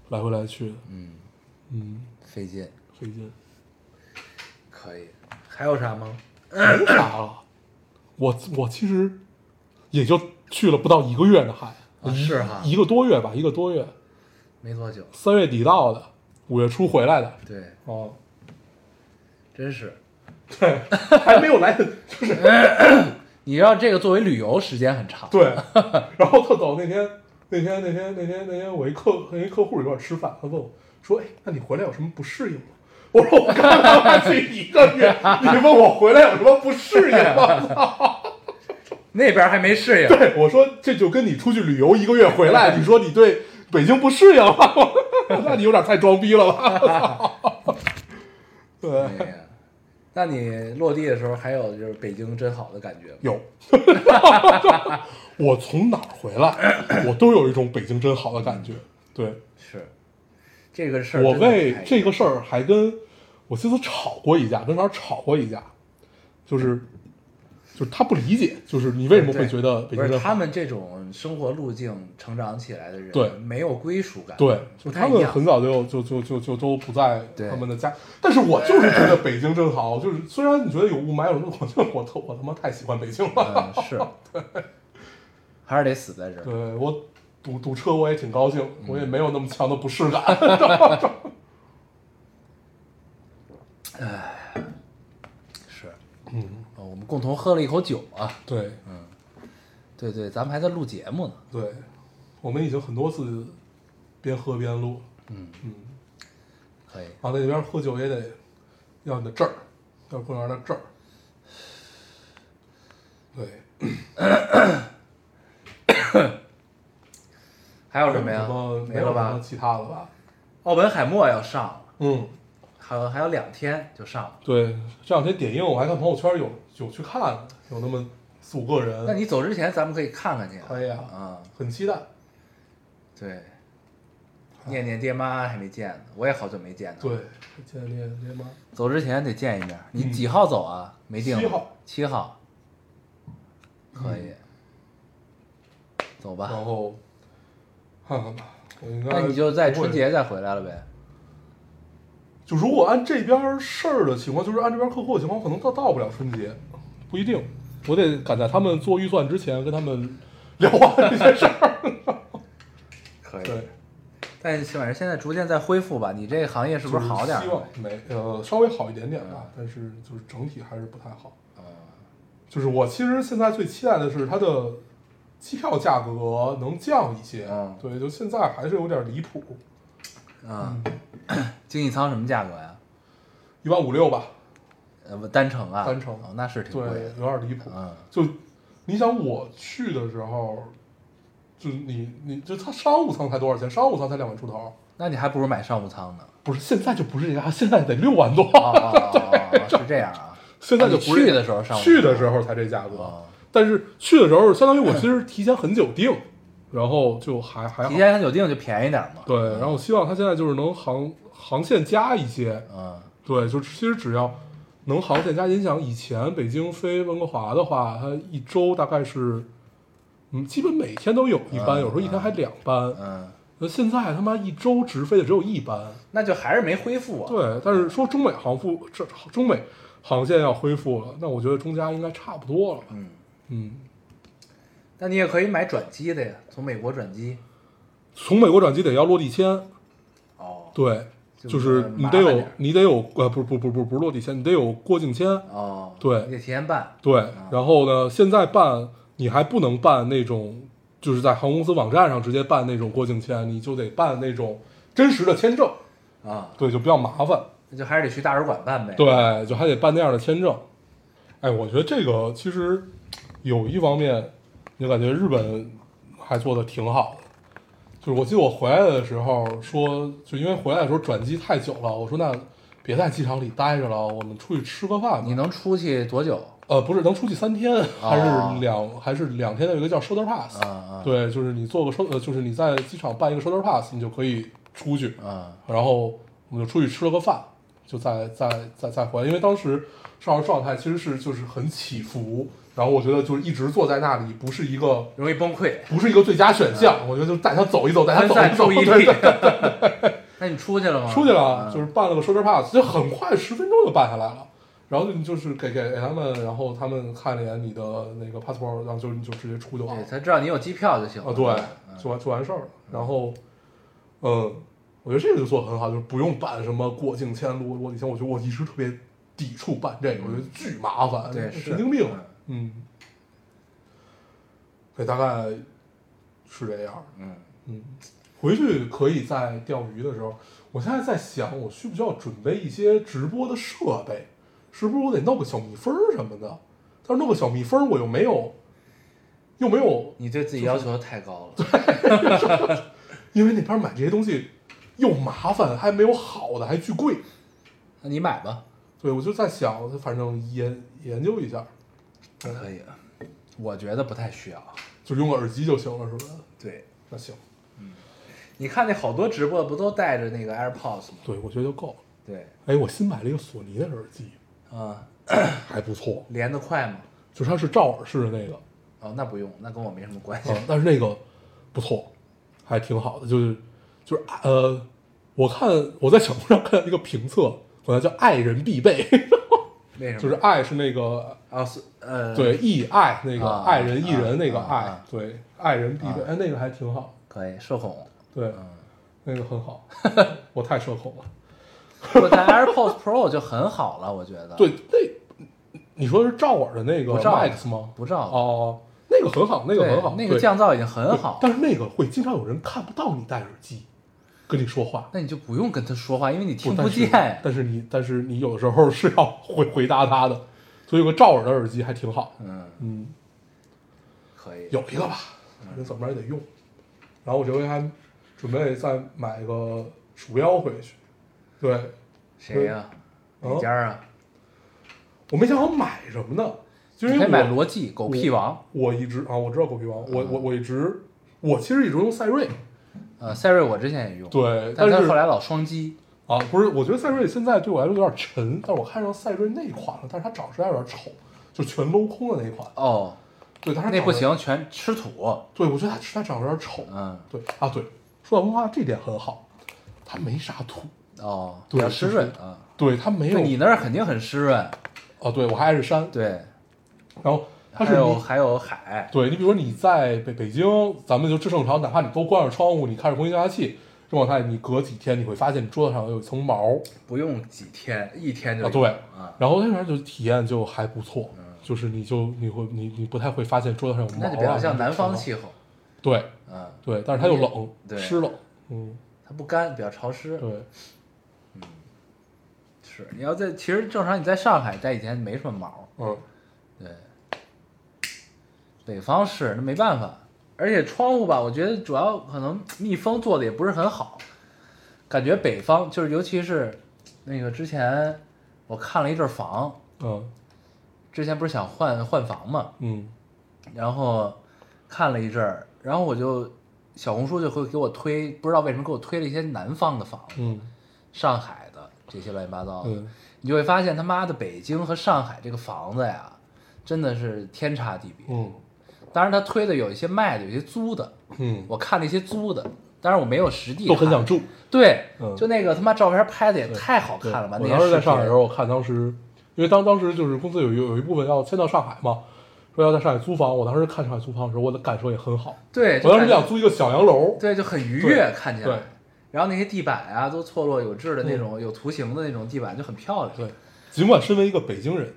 S2: 来回来去的，
S3: 嗯，
S2: 嗯，
S3: 费劲，
S2: 费劲。
S3: 可以，还有啥吗？
S2: 没啥了。啊我我其实也就去了不到一个月呢，还、
S3: 啊是哈
S2: 一个多月吧，一个多月，
S3: 没多久，
S2: 三月底到的，五月初回来的。
S3: 对，
S2: 哦，
S3: 真是
S2: 对，还没有来得，就是
S5: 你让这个作为旅游时间很长，
S2: 对， 然后特逗，那天那天那天那天那天我一客和一客户一块儿吃饭，他问我说：“哎，那你回来有什么不适应吗？”我说：“我刚来外地一个月，你问我回来有什么不适应吗
S3: 那边还没适？”应，
S2: 对，我说这就跟你出去旅游一个月回 来，你说你对北京不适应了， 那你有点太装逼了吧？ 对，
S3: 哎呀那你落地的时候还有就是北京真好的感觉吗？
S2: 有。 我从哪儿回来，我都有一种北京真好的感觉。对，
S3: 是，这个事儿
S2: 我
S3: 真的
S2: 为
S3: 太
S2: 这个事儿还跟我这次吵过一架，跟哪儿吵过一架，就是就是他不理解，就是你为什么会觉得北
S3: 不
S2: 京
S3: 是
S2: 人
S3: 他们这种生活路径成长起来的人，
S2: 对
S3: 没有归属感，
S2: 对，
S3: 不
S2: 就他
S3: 太一
S2: 们
S3: 样
S2: 很早就就就就就都不在
S3: 对
S2: 他们的家，但是我就是觉得北京真好，就是虽然你觉得有雾霾有什么，我就我 特我他妈太喜欢北京了。
S3: 嗯，是， 还是得死在这儿。
S2: 对我堵堵车我也挺高兴，
S3: 嗯
S2: 我也没有那么强的不适感。
S3: 是，
S2: 嗯，
S3: 呃我们共同喝了一口酒啊，
S2: 对
S3: 对对，咱们还在录节目呢。
S2: 对，我们已经很多次边喝边录了。
S3: 可以，
S2: 啊，在那边喝酒也得要你的证儿，要公园的证儿。对，
S3: 还有什么呀
S2: 什么？
S3: 没
S2: 没有
S3: 了
S2: 什么
S3: 吧？
S2: 其他了吧？
S3: 奥本海默要上了，
S2: 嗯，
S3: 还有还有两天就上了。
S2: 对，这两天点映我还看朋友圈有有去看，有那么四五个人。
S3: 那你走之前，咱们可以看看去。
S2: 可以啊，
S3: 啊，
S2: 很期待。
S3: 对，念念爹妈还没见呢，我也好久没见呢。
S2: 对，见面爹妈，
S3: 走之前得见一面。你
S2: 嗯
S3: 几号走啊？没定。
S2: 七号。嗯
S3: 七号。可以。走吧，
S2: 然后看看吧。我应该
S3: 那你就在
S2: 不会
S3: 春节再回来了呗。
S2: 就如果按这边事儿的情况，就是按这边客户的情况，可能到到不了春节，不一定，我得赶在他们做预算之前跟他们聊完这些事儿。
S3: 可
S2: 对，
S3: 但起码现在逐渐在恢复吧。你这个行业是不是好点儿嗯
S2: 希？望没呃稍微好一点点吧，但是就是整体还是不太好。
S3: 啊
S2: 就是我其实现在最期待的是它的机票价格能降一些，
S3: 嗯
S2: 对，就现在还是有点离谱，
S3: 啊，经济舱什么价格呀？
S2: 一万五六吧，
S3: 呃，不单程啊？
S2: 单程
S3: 哦，那是挺
S2: 对
S3: 贵的，。
S2: 有点离谱。
S3: 嗯，
S2: 就你想我去的时候，就你你就它商务舱才多少钱？商务舱才两万出头，
S3: 那你还不如买商务舱 呢。
S2: 不是现在就不是这样，现在得六万多，
S3: 哦哦哦哦，是这样啊。
S2: 现在就不是
S3: 你去的时候商务舱
S2: 去的时候才这价格，
S3: 哦
S2: 但是去的时候相当于我其实提前很久订， 然后就还还好
S3: 提，前很久订就便宜点儿嘛。
S2: 对，然后我希望它现在就是能航航线加一些，
S3: 嗯，
S2: 对，就其实只要能航线加，你想以前北京飞温哥华的话，它一周大概是，嗯，基本每天都有一班，
S3: 嗯
S2: 有时候一天还两班。
S3: 嗯，
S2: 那现在他妈一周直飞的只有一班，
S3: 那就还是没恢复啊。
S2: 对。但是说中美航复这中美航线要恢复了，那我觉得中加应该差不多了吧？
S3: 嗯，
S2: 嗯，
S3: 那你也可以买转机的呀，从美国转机。
S2: 从美国转机得要落地签，
S3: 哦
S2: 对，
S3: 就
S2: 就是你
S3: 麻
S2: 得
S3: 烦
S2: 有
S3: 点儿
S2: 你得有呃不不不不不是落地签，你得有过境签，
S3: 哦，
S2: 对
S3: 你得提前办。
S2: 对，然后呢，现在办你还不能办那种，就是在航空公司网站上直接办那种过境签，你就得办那种真实的签证，
S3: 啊，
S2: 对，就比较麻烦，
S3: 那就还是得去大使馆办呗。，
S2: 对，就还得办那样的签证。哎，我觉得这个其实有一方面，你感觉日本还做的挺好的，就是我记得我回来的时候说，就因为回来的时候转机太久了，我说那别在机场里待着了，我们出去吃个饭吧
S3: 你。能出去多久？
S2: 呃，不是，能出去三天，还是两、还是两天的有一个叫 shoulder pass，、
S3: 哦啊
S2: 对，就是你做个 shoulder，呃就是你在机场办一个 shoulder pass，你就可以出去，
S3: 啊啊！
S2: 然后我们就出去吃了个饭，就再再再再回来，因为当时上的状态其实是就是很起伏，然后我觉得就是一直坐在那里不是一个
S3: 容易崩溃，
S2: 不是一个最佳选
S3: 啊
S2: 项，我觉得就带他走一走，带他
S3: 分
S2: 走
S3: 散
S2: 一走，
S3: 注意
S2: 对
S3: 力
S2: 对。
S3: 那你出去了吗？
S2: 出去了，
S3: 嗯
S2: 就是办了个 shoulder pass，就很快十分钟就办下来了。然后你就是给给给他们，然后他们看了一眼你的那个 passport，然后就你就直接出就完
S3: 对，嗯
S2: 了。
S3: 他知道你有机票就行了。
S2: 啊，对，就完就完事儿了。然后，嗯，我觉得这个就做得很好，就是不用办什么过境签、落落地签。我觉得我一直特别抵触办这个，我觉得巨麻烦，
S3: 嗯对是
S2: 神经病。嗯，对，大概是这样。
S3: 嗯，
S2: 嗯，回去可以在钓鱼的时候，我现在在想，我需不需要准备一些直播的设备？是不是我得弄个小蜜蜂儿什么的？但是弄个小蜜蜂，我又没有，又没有，
S3: 你对自己要求太高了。
S2: 因为那边买这些东西又麻烦，还没有好的，还巨贵。
S6: 那你买吧。
S2: 对，我就在想，反正研研究一下，
S3: 可以，
S6: 我觉得不太需要。
S2: 就用个耳机就行了，是吧？
S3: 对，
S2: 那行，
S3: 你看那好多直播不都带着那个 AirPods 吗？
S2: 对我觉得就够了。
S3: 对，
S2: 哎，我新买了一个索尼的耳机，
S3: 啊，
S2: 还不错，
S3: 连得快吗？
S2: 就是它是罩耳式的那个，
S3: 哦，那不用，那跟我没什么关系。
S2: 嗯，但是那个不错，还挺好的，就是就是呃，我看我在小红书上看到一个评测，管它叫“爱人必备
S3: 为什”，么？
S2: 就是爱是那个
S3: 啊，是呃，，
S2: 对义爱那个
S3: 啊
S2: 爱人艺人
S3: 啊
S2: 那个
S3: 啊
S2: 爱
S3: 啊，
S2: 对爱人必备，哎，那个还挺好，
S3: 可以社恐。
S2: 对，
S3: 嗯
S2: 那个很好，我太社恐了。
S3: 我在 AirPods Pro 就很好了，我觉得。，
S2: 对，那你说是照耳的那个
S3: 不照
S2: Max 吗？
S3: 不照
S2: 哦，那个很好，那
S3: 那
S2: 个很好，
S3: 那个
S2: 对
S3: 降噪已经很
S2: 对
S3: 好。
S2: 但是那个会经常有人看不到你戴耳机跟你说话，
S3: 那你就不用跟他说话，因为你听
S2: 但
S3: 不
S2: 是
S3: 见。
S2: 但是你但是你有的时候是要回回答他的，所以有个照耳的耳机还挺好。
S3: 嗯，
S2: 嗯，
S3: 可以。
S2: 有一个吧，
S3: 嗯
S2: 反正怎么着也得用。然后我这回还准备再买个鼠标回去。对，
S3: 谁呀、
S2: 嗯
S3: 哪家啊？
S2: 我没想好买什么呢，就
S3: 你
S2: 因
S3: 可
S2: 为
S3: 以买嗯
S2: 我
S3: 罗技、狗屁王。
S2: 我一直啊，我知道狗皮王，我我我一直，我其实一直用赛睿，
S3: 呃，赛睿我之前也用，
S2: 对，但
S3: 但他
S2: 是
S3: 后来老双击。
S2: 啊，不是，我觉得赛睿现在对我来说有点沉，但是我看上赛睿那款了，但是它长得实在有点丑，就全镂空的那一款，
S3: 哦，
S2: 对，但是它
S3: 那不
S2: 长
S3: 行，
S2: 得，
S3: 全吃土。
S2: 对我觉得它实在长得有点丑，
S3: 嗯，
S2: 对啊，对，说到文化这点很好，它没啥土，
S3: 哦，比
S2: 对
S3: 较湿润
S2: 就是哎
S3: 啊。
S2: 对，它没有
S3: 对，你那儿肯定很湿润。
S2: 啊，对我还爱是山，
S3: 对，
S2: 然后它
S3: 还
S2: 是
S3: 有
S2: 你。
S3: 还有海。
S2: 对你，比如说你在北北京，咱们就至正常，哪怕你都关上窗户，你开着空气净化器，这种状态，你隔几天你会发现你桌子上有一层毛，
S3: 不用几天，一天就
S2: 啊
S3: 有
S2: 对
S3: 啊，
S2: 然后那边就体验就还不错，就是你就你会你你不太会发现桌子上有毛、啊，
S3: 那就比较像
S2: 你
S3: 南方
S2: 看
S3: 气候，
S2: 到。对
S3: 嗯，
S2: 对，但是它又冷，
S3: 对
S2: 湿冷，嗯，
S3: 它不干，比较潮湿。
S2: 对，
S3: 是，你要在其实正常你在上海待几天没什么毛，
S2: 嗯，
S3: 对，北方是那没办法，而且窗户吧，我觉得主要可能密封做的也不是很好，感觉北方就是尤其是那个之前我看了一阵房，
S2: 嗯
S3: 之前不是想换换房嘛，
S2: 嗯
S3: 然后看了一阵儿，然后我就小红书就会给我推，不知道为什么给我推了一些南方的房子，
S2: 嗯
S3: 上海的这些乱七八糟的，
S2: 嗯
S3: 你就会发现他妈的北京和上海这个房子呀，真的是天差地别。
S2: 嗯
S3: 当然，他推的有一些卖的，有一些租的，
S2: 嗯，
S3: 我看了一些租的，当然我没有实地
S2: 都很想
S3: 看。
S2: 住。
S3: 对，
S2: 嗯
S3: 就那个他妈照片拍的也太好
S2: 对
S3: 看了吧！
S2: 我
S3: 那
S2: 当时在上海的时
S3: 候，
S2: 候，我看当时，因为当当时就是公司有有有一部分要迁到上海嘛，说要在上海租房，我当时看上海租房的时候，我的感受也很好。
S3: 对，
S2: 我当时
S3: 就感觉
S2: 想租一个小洋楼，
S3: 对，就很愉
S2: 对
S3: 悦，看起来。
S2: 对
S3: 然后那些地板啊，都错落有致的那种，有图形的那种地板就很漂亮。
S2: 对，尽管身为一个北京人，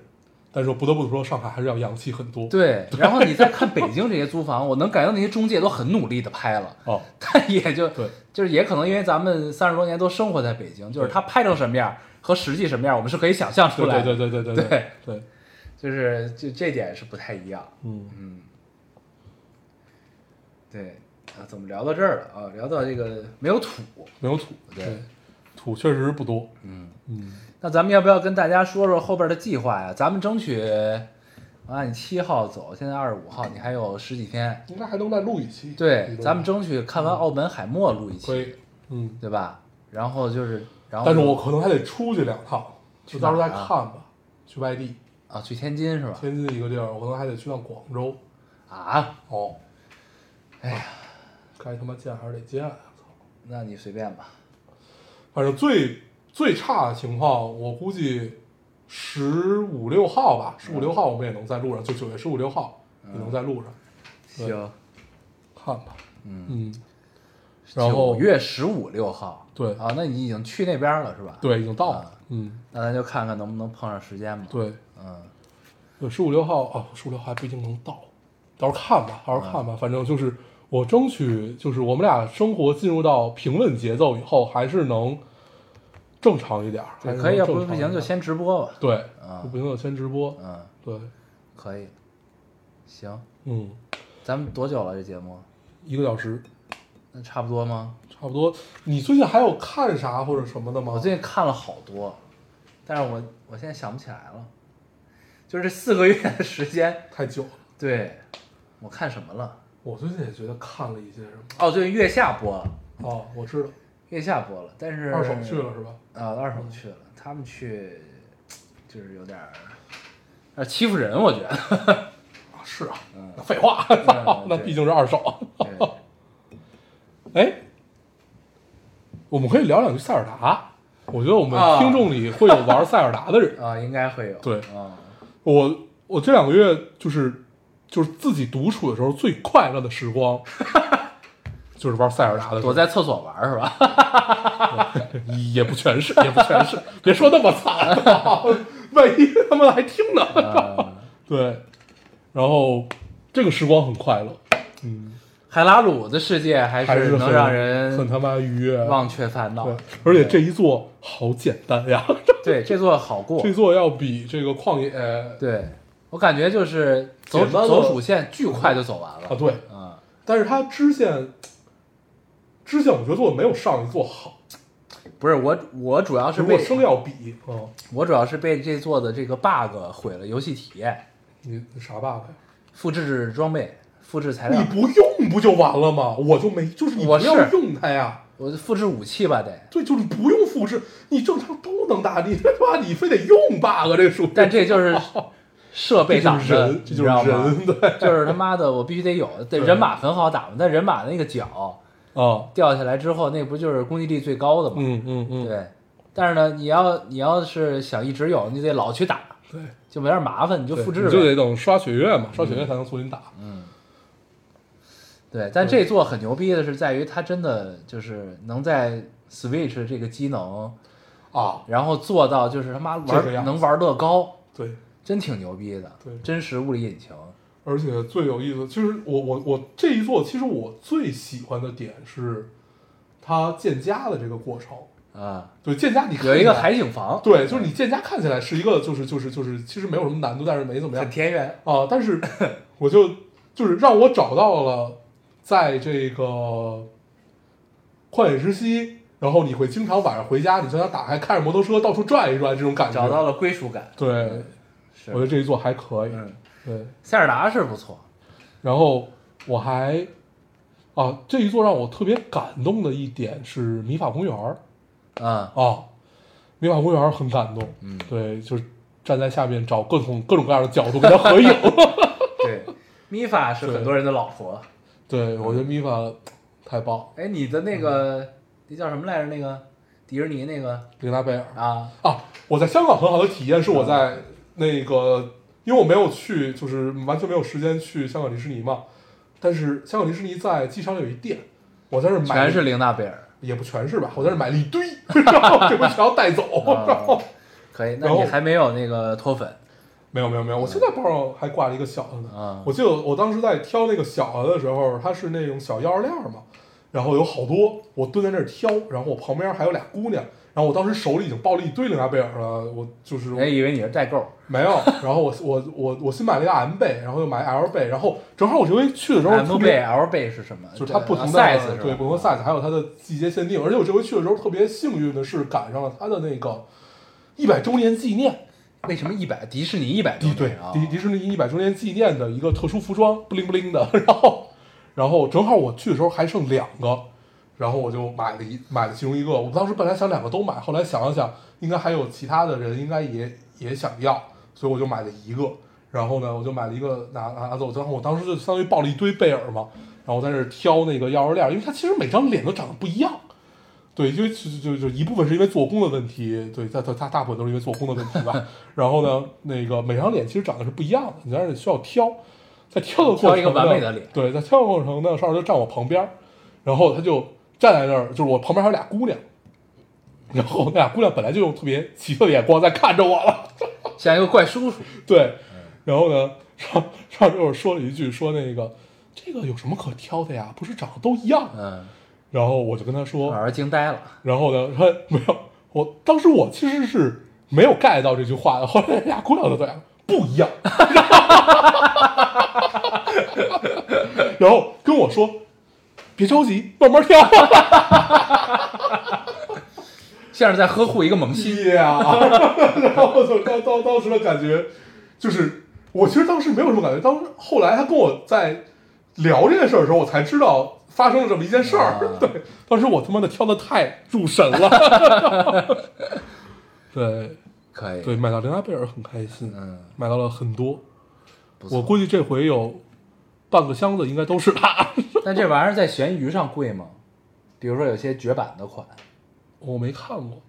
S2: 但是我不得不说，上海还是要洋气很多。
S3: 对，然后你再看北京这些租房，我能感觉到那些中介都很努力的拍了，
S2: 哦，
S3: 但也就
S2: 对
S3: 就是也可能因为咱们三十多年都生活在北京，就是他拍成什么样和实际什么样，我们是可以想象 出
S2: 对
S3: 来的。
S2: 对对对对
S3: 对
S2: 对对，
S3: 就是就这点是不太一样。
S2: 嗯
S3: 嗯，对啊，怎么聊到这儿了啊？聊到这个没有土，
S2: 没有土，
S3: 对
S2: 对，土确实不多。
S3: 嗯
S2: 嗯，
S3: 那咱们要不要跟大家说说后边的计划呀？咱们争取我按七号走，现在二十五号，你还有十几天。
S2: 应该还能再录一期。
S3: 对
S2: 一，周
S3: 咱们争取看完《澳门海默》录一
S2: 嗯可
S3: 期，
S2: 以，嗯，
S3: 对吧？然后就是，然后
S2: 但是我可能还得出去两趟，就到时候再
S3: 去哪儿
S2: 看
S3: 啊
S2: 吧。去外地，
S3: 啊去天津是吧？
S2: 天津一个地儿，我可能还得去趟广州。
S3: 啊，
S2: 哦，
S3: 哎呀，
S2: 该他妈见还是得见啊。操
S3: 那你随便吧。
S2: 反正最最差的情况，我估计十五六号吧，十五六号我们也能在路上，就九月十五六号也能在路上对
S3: 行，
S2: 看吧。
S3: 嗯
S2: 嗯，然后
S3: 九月十五六号，
S2: 对
S3: 啊，那你已经去那边了是吧？，
S2: 对，已经到了
S3: 啊。
S2: 嗯，
S3: 那咱就看看能不能碰上时间吧。，
S2: 对，
S3: 嗯，
S2: 哦对，十五六号啊，十五六号还不一定能到，到时候看吧，到时候看吧，反正就是我争取，就是我们俩生活进入到平稳节奏以后，还是能正常一点儿，还
S3: 对，
S2: 是
S3: 可以，
S2: 能
S3: 要
S2: 正
S3: 不不
S2: 常一
S3: 行就
S2: 点
S3: 先直播吧。
S2: 对，
S3: 啊
S2: 就不行就先直播，
S3: 嗯，
S2: 对，
S3: 可以，行，
S2: 嗯，
S3: 咱们多久了这节目？
S2: 一个小时
S3: 那差不多吗？
S2: 差不多。你最近还有看啥或者什么的吗？
S3: 我最近看了好多，但是我我现在想不起来了，就是这四个月的时间，
S2: 太久了，
S3: 对我看什么了？
S2: 我最近也觉得看了一些什么。
S3: 哦，最近月下播了，
S2: 哦，我知道，
S3: 月下播了，但是
S2: 二手去了是吧？
S3: 啊，二手去了，他们去就是有点儿，有点儿欺负人，我觉得。
S2: 啊，是啊，那废话， 那
S3: 嗯对
S2: 毕竟是二手。
S3: 对
S2: 哎，我们可以聊两句塞尔达。我觉得我们
S3: 啊
S2: 听众里会有玩塞尔达 的人。
S3: 啊，应该会有。
S2: 对
S3: 啊，
S2: 我我这两个月就是就是自己独处的时候最快乐的时 光，就是玩塞尔达的时
S3: 躲
S2: 候。
S3: 在厕所玩儿是吧？
S2: 也不全是，也不全是， 别说那么惨， 万一他们还听呢。
S3: 啊
S2: 对，然后这个时光很快乐，嗯，
S3: 海拉鲁的世界还
S2: 还是
S3: 是能
S2: 很
S3: 让
S2: 很
S3: 人
S2: 他妈愉悦。啊
S3: 忘却烦恼
S2: 对。，而且这一座好简单呀，
S3: 对，这座好过
S2: 这。座要比这个旷野
S3: 对，我感觉就是走
S2: 简单了
S3: 走主线巨快就走完
S2: 啊
S3: 了。
S2: 对，
S3: 啊，
S2: 但是它支线支线我觉得做的没有上一座好，
S3: 不是我，我主要是
S2: 如果
S3: 被
S2: 生要比，嗯，
S3: 我主要是被这座的这个 bug 毁了游戏体验，
S2: 你你啥 bug 呀？
S3: 复制装备、复制材料
S2: 你，不用不就完了吗？我就没，就是你不
S3: 我是
S2: 要用它呀。
S3: 我复制武器吧得。
S2: 对，就是不用复制，你正常都能打，你他妈你非得用 bug 这属于，
S3: 但这 就是设备
S2: 这
S3: 党
S2: 就是
S3: 的，
S2: 人，这
S3: 你
S2: 就
S3: 知道
S2: 是
S3: 吗？
S2: 人，对
S3: 就是他妈的，我必须得有。对，
S2: 对
S3: 人马很好打嘛，但人马那个脚
S2: 啊，
S3: 掉下来之后，那不就是攻击力最高的嘛？
S2: 嗯嗯嗯，
S3: 对。但是呢，你要你要是想一直有，你得老去打，
S2: 对，
S3: 就有点麻烦，你就
S2: 对
S3: 复制
S2: 你就
S3: 呗。嗯
S2: 得等刷血月嘛，刷血月才能重新打，
S3: 对，但
S2: 嗯
S3: 这座很牛逼的是在于它真的就是能在 Switch 这个机能，
S2: 啊，
S3: 然后做到就是他妈
S2: 这个
S3: 玩
S2: 样子
S3: 能玩乐高，
S2: 对，
S3: 真挺牛逼的。
S2: 对
S3: 真实物理引擎。
S2: 而且最有意思，其实我我我这一座，其实我最喜欢的点是它建家的这个过程，
S3: 啊，
S2: 对，建家你看
S3: 有一
S2: 起
S3: 个
S2: 来
S3: 海景房，
S2: 对，就是你建家看起来是一个，就是就是就是，其实没有什么难度，但是没怎么样
S3: 很，田园。
S2: 啊，但是我就就是让我找到了在这个旷野之息，然后你会经常晚上回家，你就想打开开着摩托车到处转一转这种感觉。
S3: 找到了归属感。
S2: 对，
S3: 是
S2: 我觉得这一座还可以。
S3: 嗯，
S2: 对，
S3: 塞尔达是不错，
S2: 然后我还啊，这一座让我特别感动的一点是米法公园儿
S3: 嗯，
S2: 啊，米法公园儿很感动。嗯，对，就是站在下面找各种各种各样的角度跟 他合影。
S3: 对，米法是很多人的老婆。
S2: 对，我觉得米法太棒了，
S3: 哎，你的那个那叫什么来着？那个迪士尼那个
S2: 琳娜贝尔。
S3: 啊，
S2: 啊，我在香港很好的体验是我在那个，因为我没有去，就是完全没有时间去香港迪士尼嘛。但是香港迪士尼在机场有一店，我在这儿买了
S3: 全是玲娜贝尔。
S2: 也不全是吧，我在这儿买了一堆， 然后这不全要带走，然后
S3: 啊可以，那
S2: 然后
S3: 你还没有那个脱粉
S2: 没有没有没有，我现在包上还挂了一个小的呢。
S3: 啊？
S2: 我记得我当时在挑那个小的的时候，它是那种小钥匙链嘛，然后有好多，我蹲在那儿挑，然后我旁边还有俩姑娘，然后我当时手里已经抱了一堆玲娜贝尔了，我就是
S3: 人以为你是代购，
S2: 没有，然后我我我我新买了一个 M 倍，然后又买 L 倍，然后正好我这回去的时候特
S3: M
S2: 别
S3: 倍、L 啊倍是什么？
S2: 就是它不
S3: 啊
S2: 同的
S3: size 是吧
S2: 对不同的 size，还有它的季节限定，而且我这回去的时候特别幸运的是赶上了它的那个一百周年纪念，
S3: 为什么一百迪士尼一百
S2: 迪
S3: 多
S2: 对
S3: 啊？
S2: 迪迪士尼一百周年纪念的一个特殊服装，不灵不灵的，然后然后正好我去的时候还剩两个，然后我就买了一买了其中一个，我当时本来想两个都买，后来想了想，应该还有其他的人应该也也想要，所以我就买了一个，然后呢我就买了一个拿拿拿走，然后我当时就相当于抱了一堆贝尔嘛，然后我在那儿挑那个钥匙链，因为它其实每张脸都长得不一样。对，因为就就就一部分是因为做工的问题，对，大大大大部分都是因为做工的问题吧。然后呢，那个每张脸其实长得是不一样的，你在这需要挑，在挑的过程
S3: 挑一个完
S2: 呢
S3: 美的脸
S2: 对，在挑的过程呢，少儿就站我旁边儿，然后他就站在那儿，就是我旁边还有俩姑娘，然后那俩姑娘本来就用特别奇特的眼光在看着我了，
S3: 像一个怪叔叔，
S2: 对， 然后呢，上上周我说了一句，说那个这个有什么可挑的呀？不是长得都一样？
S3: 嗯，
S2: 然后我就跟他说，
S3: 老师惊呆了，
S2: 然后呢，他没有，我当时我其实是没有 get 到这句话的。后来那俩姑娘就对了，不一样，然后跟我说，别着急，慢啊慢跳。
S3: 像是在呵护一个萌新。
S2: 呀， 然后就当当当时的感觉，就是我其实当时没有什么感觉，当时后来他跟我在聊这件事儿的时候，我才知道发生了这么一件事儿。 对，当时我他妈的挑的太入神了。 对
S3: 可以，
S2: 对，买到玲娜贝尔很开心，
S3: 嗯，
S2: 买到了很多，
S3: 不错
S2: 我估计这回有半个箱子应该都是它。
S3: 但这玩意儿在闲鱼上贵吗？比如说有些绝版的款，
S2: 我没看过，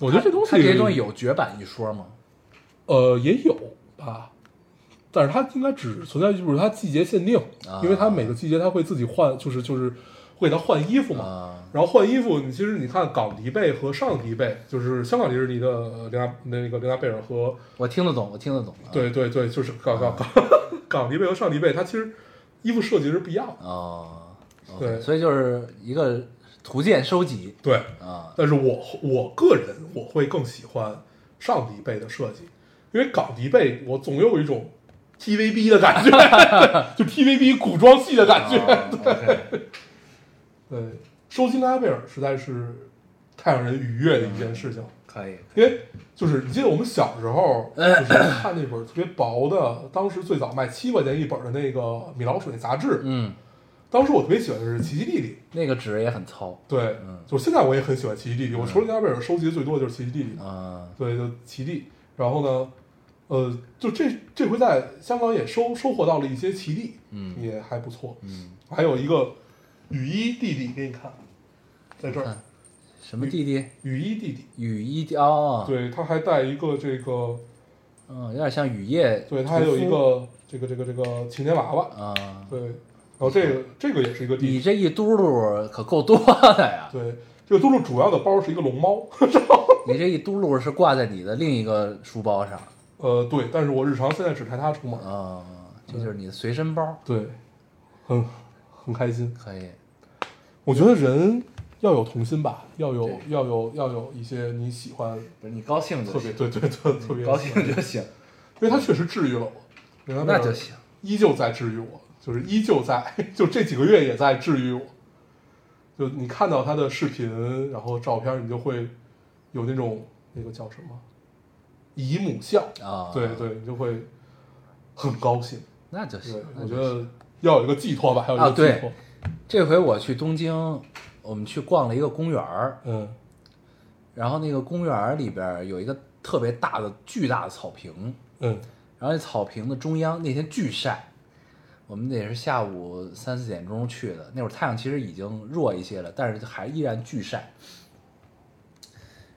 S2: 我觉得这东西
S3: 它这些东西有绝版一说吗？
S2: 呃，也有吧，但是它应该只存在于就是它季节限定，
S3: 啊
S2: 因为它每个季节它会自己换，就是就是会给它换衣服嘛。
S3: 啊，
S2: 然后换衣服，你其实你看港迪贝和上迪贝，就是香港迪士尼的呃玲娜那个玲娜贝尔和
S3: 我听得懂，我听得懂啊。
S2: 对对对，就是港港港 港迪贝和上迪贝，它其实衣服设计是不一样的。
S3: 哦，OK，
S2: 对
S3: 所以就是一个图鉴收集
S2: 对，
S3: 啊，
S2: 但是我我个人我会更喜欢上迪贝的设计，因为港迪贝我总有一种 TVB 的感觉， 就 TVB 古装戏的感觉。
S3: 啊 对，
S2: 对，收集拉贝尔实在是太让人愉悦的一件事情，
S3: 可以，
S2: 因为就是你记得我们小时候就是看那本特别薄的，当时最早卖七块钱一本的那个米老鼠那杂志，
S3: 嗯，
S2: 当时我特别喜欢的是奇奇弟弟。
S3: 那个纸也很糙
S2: 对，就是现在我也很喜欢奇奇弟弟，我除了拉贝尔收集的最多的就是奇奇弟弟。
S3: 啊，
S2: 对，就奇地。然后呢，呃，就这这回在香港也收收获到了一些奇地，嗯，也还不错。
S3: 嗯，
S2: 还有一个雨衣弟弟给你看，在这儿
S3: 看，什么弟弟
S2: 雨衣弟弟，
S3: 雨衣哦，，
S2: 对，他还带一个这个，
S3: 嗯，有点像雨夜屠夫，
S2: 对，他还有一个这个这个这个晴天娃娃，
S3: 啊，
S2: 对，然后这个这个也是一个弟
S3: 你
S2: 弟，
S3: 这一嘟噜可够多的呀，
S2: 对。这个嘟噜主要的包是一个龙猫，
S3: 你这一嘟噜是挂在你的另一个书包上
S2: 呃，对，但是我日常现在只带它出门，
S3: 啊，这就是你的随身包，
S2: 对，很很开心。
S3: 可以，
S2: 我觉得人要有童心吧，要有要有要有一些你喜欢，
S3: 不是你高兴
S2: 特别对对对，特
S3: 嗯
S2: 别
S3: 高兴，就行，
S2: 因为他确实治愈了我，那
S3: 那就，行，
S2: 依旧在治愈我，就是依旧在， 就这几个月也在治愈我。就你看到他的视频，然后照片，你就会有那种那个叫什么姨母笑
S3: 啊
S2: 对对，你就会很高兴。
S3: 那就
S2: 对
S3: 行，，那
S2: 我
S3: 就
S2: 觉
S3: 行
S2: 得要有一个寄托吧，还有一
S3: 啊
S2: 个
S3: 对
S2: 寄托。
S3: 这回我去东京，我们去逛了一个公园儿，
S2: 嗯
S3: 然后那个公园儿里边儿有一个特别大的、巨大的草坪，
S2: 嗯
S3: 然后那草坪的中央那天巨晒，我们得是下午三四点钟去的，那会儿太阳其实已经弱一些了，但是还依然巨晒。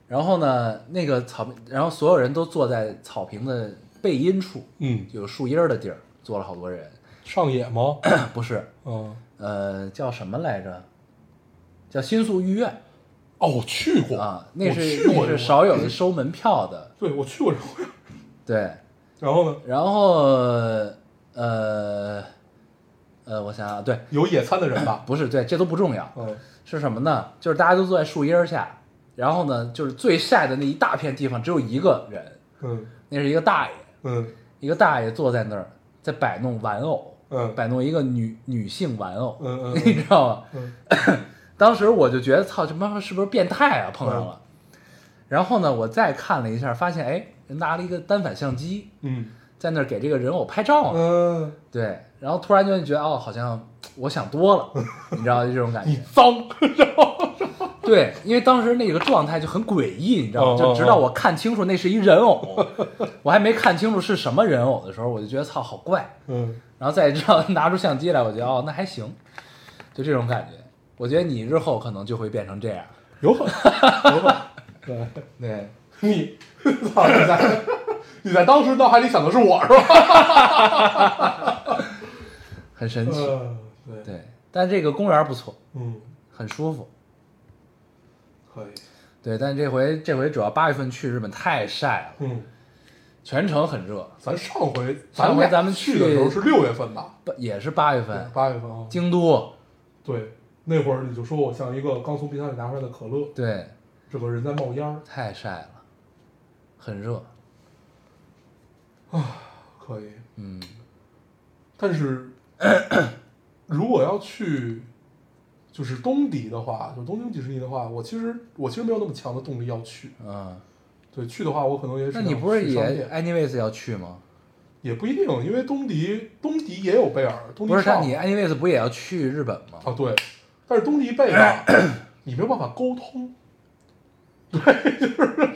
S3: 然后呢，那个草坪，然后所有人都坐在草坪的背阴处，
S2: 嗯，
S3: 有树荫儿的地儿，坐了好多人。
S2: 上野吗？
S3: 不是，
S2: 嗯，
S3: 呃，叫什么来着？叫新宿御苑。
S2: 哦，我去过
S3: 啊，那
S2: 我
S3: 是
S2: 去过
S3: 那
S2: 这
S3: 是
S2: 个
S3: 少有的收门票的，
S2: 对，我去过这回。
S3: 对。
S2: 然后呢，
S3: 然后呃呃，我想想啊，对，
S2: 有野餐的人吧？
S3: 不是对，这都不重要，
S2: 嗯
S3: 是什么呢？就是大家都坐在树荫儿下，然后呢，就是最晒的那一大片地方只有一个人，
S2: 嗯
S3: 那是一个大爷，
S2: 嗯
S3: 一个大爷坐在那儿在摆弄玩偶，
S2: 嗯
S3: 摆弄一个女女性玩偶，
S2: 嗯嗯
S3: 你知道吗？
S2: 嗯
S3: 当时我就觉得操，这妈妈是不是变态啊？碰上了。
S2: 嗯
S3: 然后呢，我再看了一下，发现哎，人拿了一个单反相机
S2: 嗯
S3: 在那儿给这个人偶拍照呢。
S2: 嗯，
S3: 对，然后突然就觉得哦，好像我想多了，你知道就这种感
S2: 你
S3: 觉。
S2: 脏，
S3: 对，因为当时那个状态就很诡异，你知道
S2: 哦
S3: 吗？就直到我看清楚那是一人偶， 我还没看清楚是什么人偶的时候，我就觉得操，好怪。
S2: 嗯，
S3: 然后再知道拿出相机来，我觉得哦，那还行，就这种感觉。我觉得你日后可能就会变成这样。
S2: 有可能，有可能。对，
S3: 对，
S2: 你，操你在，你在当时脑海里想的是我是吧？
S3: 很神奇。
S2: 嗯，对，
S3: 对，但这个公园不错，
S2: 嗯，
S3: 很舒服。
S2: 可以，
S3: 对，但这回这回主要八月份去日本太晒了，
S2: 嗯，
S3: 全程很热，
S2: 咱上回
S3: 上回咱
S2: 咱
S3: 们
S2: 去的时候
S3: 去
S2: 是六月份吧？
S3: 不也是八月
S2: 对
S3: 份，，
S2: 八月份啊。
S3: 京都，
S2: 对，那会儿你就说我像一个刚从冰箱里拿出来的可乐，
S3: 对，
S2: 整个人在冒烟儿。
S3: 太晒了，很热，
S2: 可以，
S3: 嗯，
S2: 但是 如果要去就是东迪的话，就东京迪士尼的话，我其实我其实没有那么强的动力要去。
S3: 嗯，
S2: 对，去的话我可能也只
S3: 那
S2: 能
S3: 你不是
S2: 去商
S3: 也
S2: 店
S3: anyways 要去吗？
S2: 也不一定，因为东迪东迪也有贝尔，东迪
S3: 不是，
S2: 上
S3: 但你 anyways 不也要去日本 吗？
S2: 啊对，但是东迪贝尔你没有办法沟通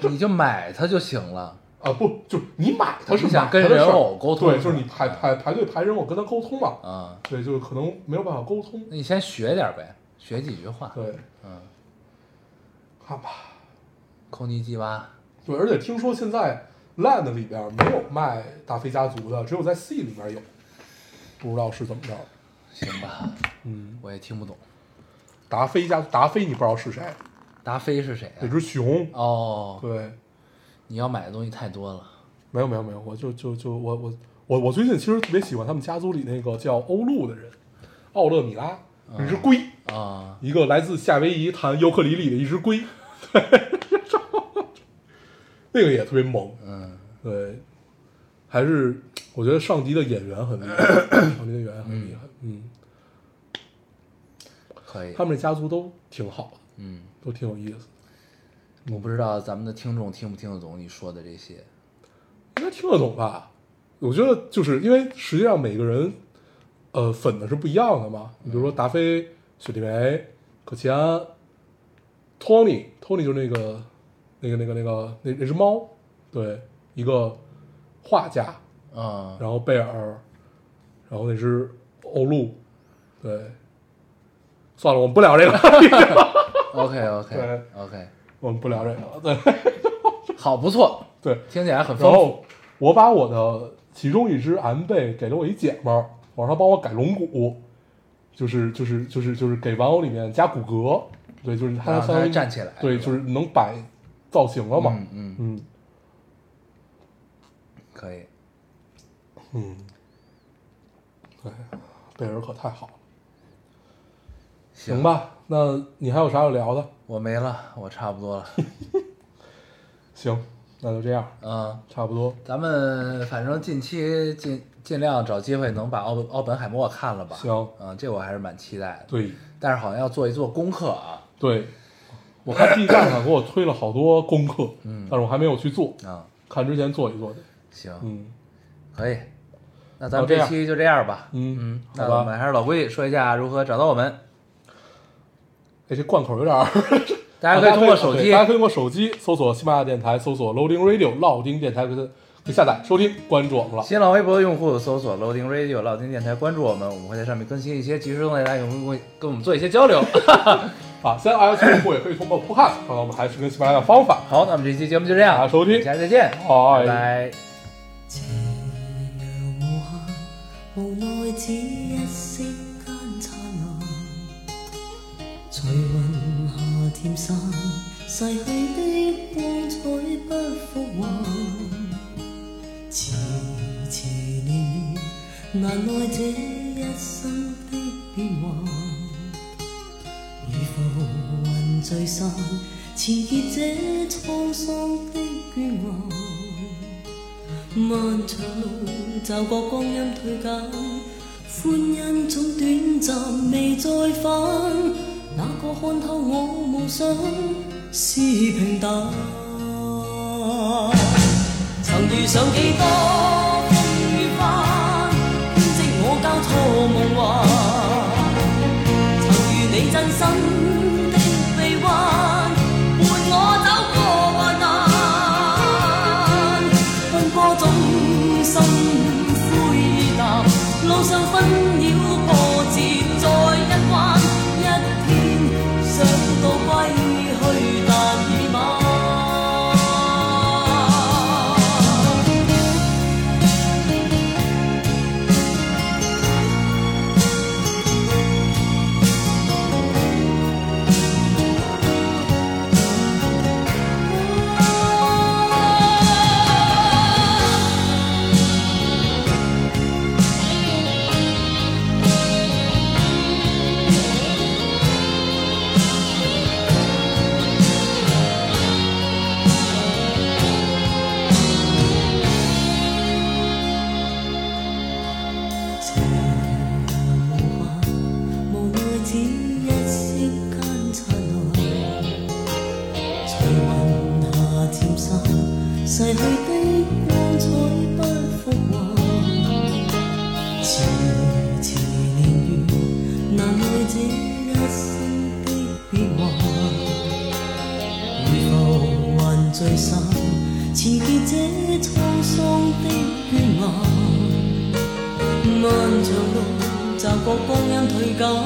S3: 你就买它就行了，
S2: 啊，不就是你买它是
S3: 你想
S2: 买
S3: 跟
S2: 它的
S3: 人
S2: 事儿
S3: 偶沟通
S2: 对，就是
S3: 是
S2: 你
S3: 吧
S2: 排排排队排人，我跟他沟通嘛，
S3: 啊、
S2: 对，就是可能没有办法沟通，
S3: 那你先学点呗，学几句话，
S2: 对，
S3: 嗯，
S2: 看吧。
S3: 抠泥鸡巴，
S2: 对，而且听说现在 Land 里边没有卖大飞家族的，只有在 C 里边有，不知道是怎么着。
S3: 行吧，
S2: 嗯，
S3: 我也听不懂，
S2: 达菲家达菲你不知道是谁？
S3: 达菲是谁
S2: 那
S3: 呀、
S2: 只熊。
S3: 哦，
S2: 对，
S3: 你要买的东西太多了，
S2: 没有没有没有，我就就就我我我我最近其实特别喜欢他们家族里那个叫欧陆的人，奥勒米拉，一只龟，
S3: 啊、
S2: 一个来自夏威夷弹尤克里里的一只龟。对，那个也特别萌。
S3: 嗯，
S2: 对，还是我觉得上级的演员很厉害，上级的演员很厉害。嗯，
S3: 可以
S2: 他，们这家族都挺好的，
S3: 嗯，
S2: 都挺有意思，
S3: 我不知道咱们的听众听不听得懂你说的这些，
S2: 应该听得懂吧？我觉得就是因为实际上每个人，呃，粉的是不一样的嘛。你比如说达菲、雪地梅、可奇安、Tony，Tony 就是那个那个那个那个那那只猫，对，一个画家，
S3: 嗯，
S2: 然后贝尔，然后那只欧陆，对，算了，我们不聊这个，
S3: OK OK
S2: 对
S3: OK，
S2: 我们不聊这个了，对
S3: 好，不错，
S2: 对。
S3: 听起来很
S2: 然
S3: 丰富。
S2: 后我把我的其中一只安贝给了我一姐们儿，我让她帮我改龙骨，就是就是就是就是给玩偶里面加骨骼，对，就是她
S3: 让
S2: 相当于
S3: 它站起来
S2: 对，
S3: 是吧
S2: 就是能摆造型了嘛，
S3: 嗯嗯，
S2: 嗯
S3: 可以，
S2: 嗯，对，贝尔可太好了，行
S3: 行，
S2: 吧？那你还有啥要聊的？
S3: 我没了，我差不多了。
S2: 行，那就这样。
S3: 嗯，
S2: 差不多。
S3: 咱们反正近期尽尽量找机会能把奥本奥本海默看了吧？
S2: 行
S3: 嗯，这我还是蛮期待的。
S2: 对
S3: 但是好像要做一做功课啊。
S2: 对，我看 B 站上给我推了好多功课，嗯，但是我还没有去做，
S3: 啊、
S2: 看之前做一做去。
S3: 行，
S2: 嗯
S3: 可以。那咱们
S2: 好这
S3: 这
S2: 样
S3: 期就这样吧。
S2: 嗯
S3: 嗯，那
S2: 好
S3: 我
S2: 吧。啊
S3: 们还是老规矩，说一下如何找到我们。
S2: 哎，这贯口有点儿。
S3: 大家可以通过手
S2: 对
S3: 机
S2: 大家可以通过手机搜索喜马拉雅电台，搜索 Loading Radio 老丁电台，可以可以下载收听，关注我们了。
S3: 新浪微博的用户搜索 Loading Radio 老丁电台，关注我们，我们会在上面更新一些即时动态，大家有没有跟我跟我们做一些交流？
S2: 啊，现在 iOS 用户也可以通过 Podcast 看到我们还是跟喜马拉雅的方法。
S3: 好，那我们这期节目就这样，
S2: 好收听
S3: 下期再见，
S2: 好
S3: 拜
S2: 哎
S3: 拜。
S7: 斜阳无限，无奈只一息间灿烂。随云霞渐散，逝去的光彩不复还。迟迟年月，难耐这一生的变幻。如浮云聚散，前结这沧桑的眷爱。漫长路骤觉光阴退减，欢欣总短暂，未再返。哪个看透我梦想是平淡？曾遇上幾多風雨翻，編織我交錯夢幻。曾如你真心的臂彎，伴我走過患難。奔波中心灰意淡，路上紛擾波折再一關。一天想到歸去，但已晚。谁情年月，难耐这一生的变幻。如浮云聚散，持结这沧桑的眷恋。漫長路，習過光陰退減，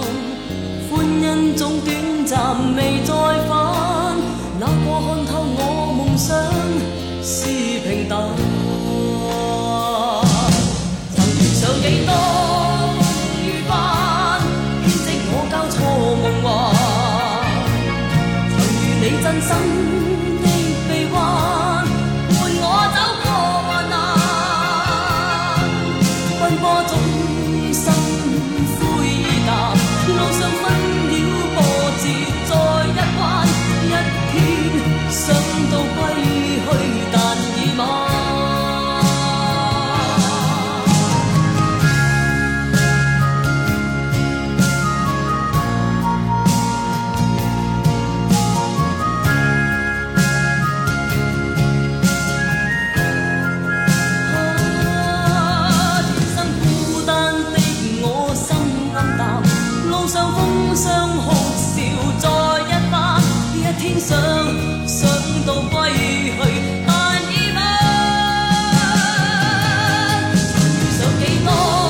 S7: 歡欣總短暫，未再返。那過看透我夢想是平淡。曾遇上幾多愉快，編織我交錯夢幻。曾與你真心的臂彎，伴我走過患難。奔波中心灰意淡，路上紛擾波折再一彎，一天想到歸去，但已晚。天生孤單的我心暗淡，路上風霜哭笑再一番，一天想想到歸去，但已晚。遇上幾多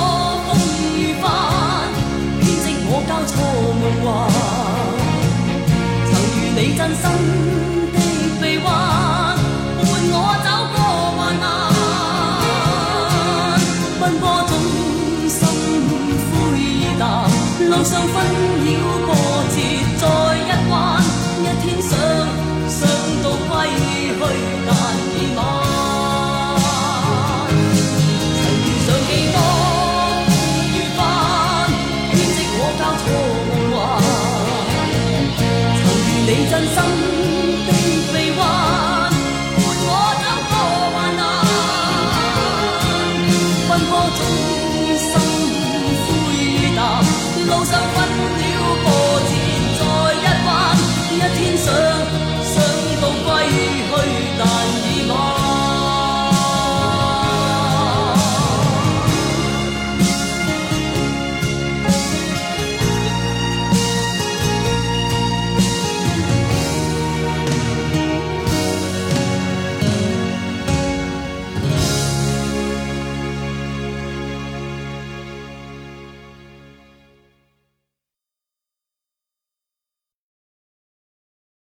S7: 風雨翻，編織我交錯夢幻。曾與你真心的臂彎，伴我走過患難。奔波中心灰意淡，路上紛擾波折再一彎，一天想想到歸去，但已晚。曾遇上幾多愉快，編織我交錯夢幻。曾與你真心的臂彎，伴我走過患難。奔波中心灰意淡，路上紛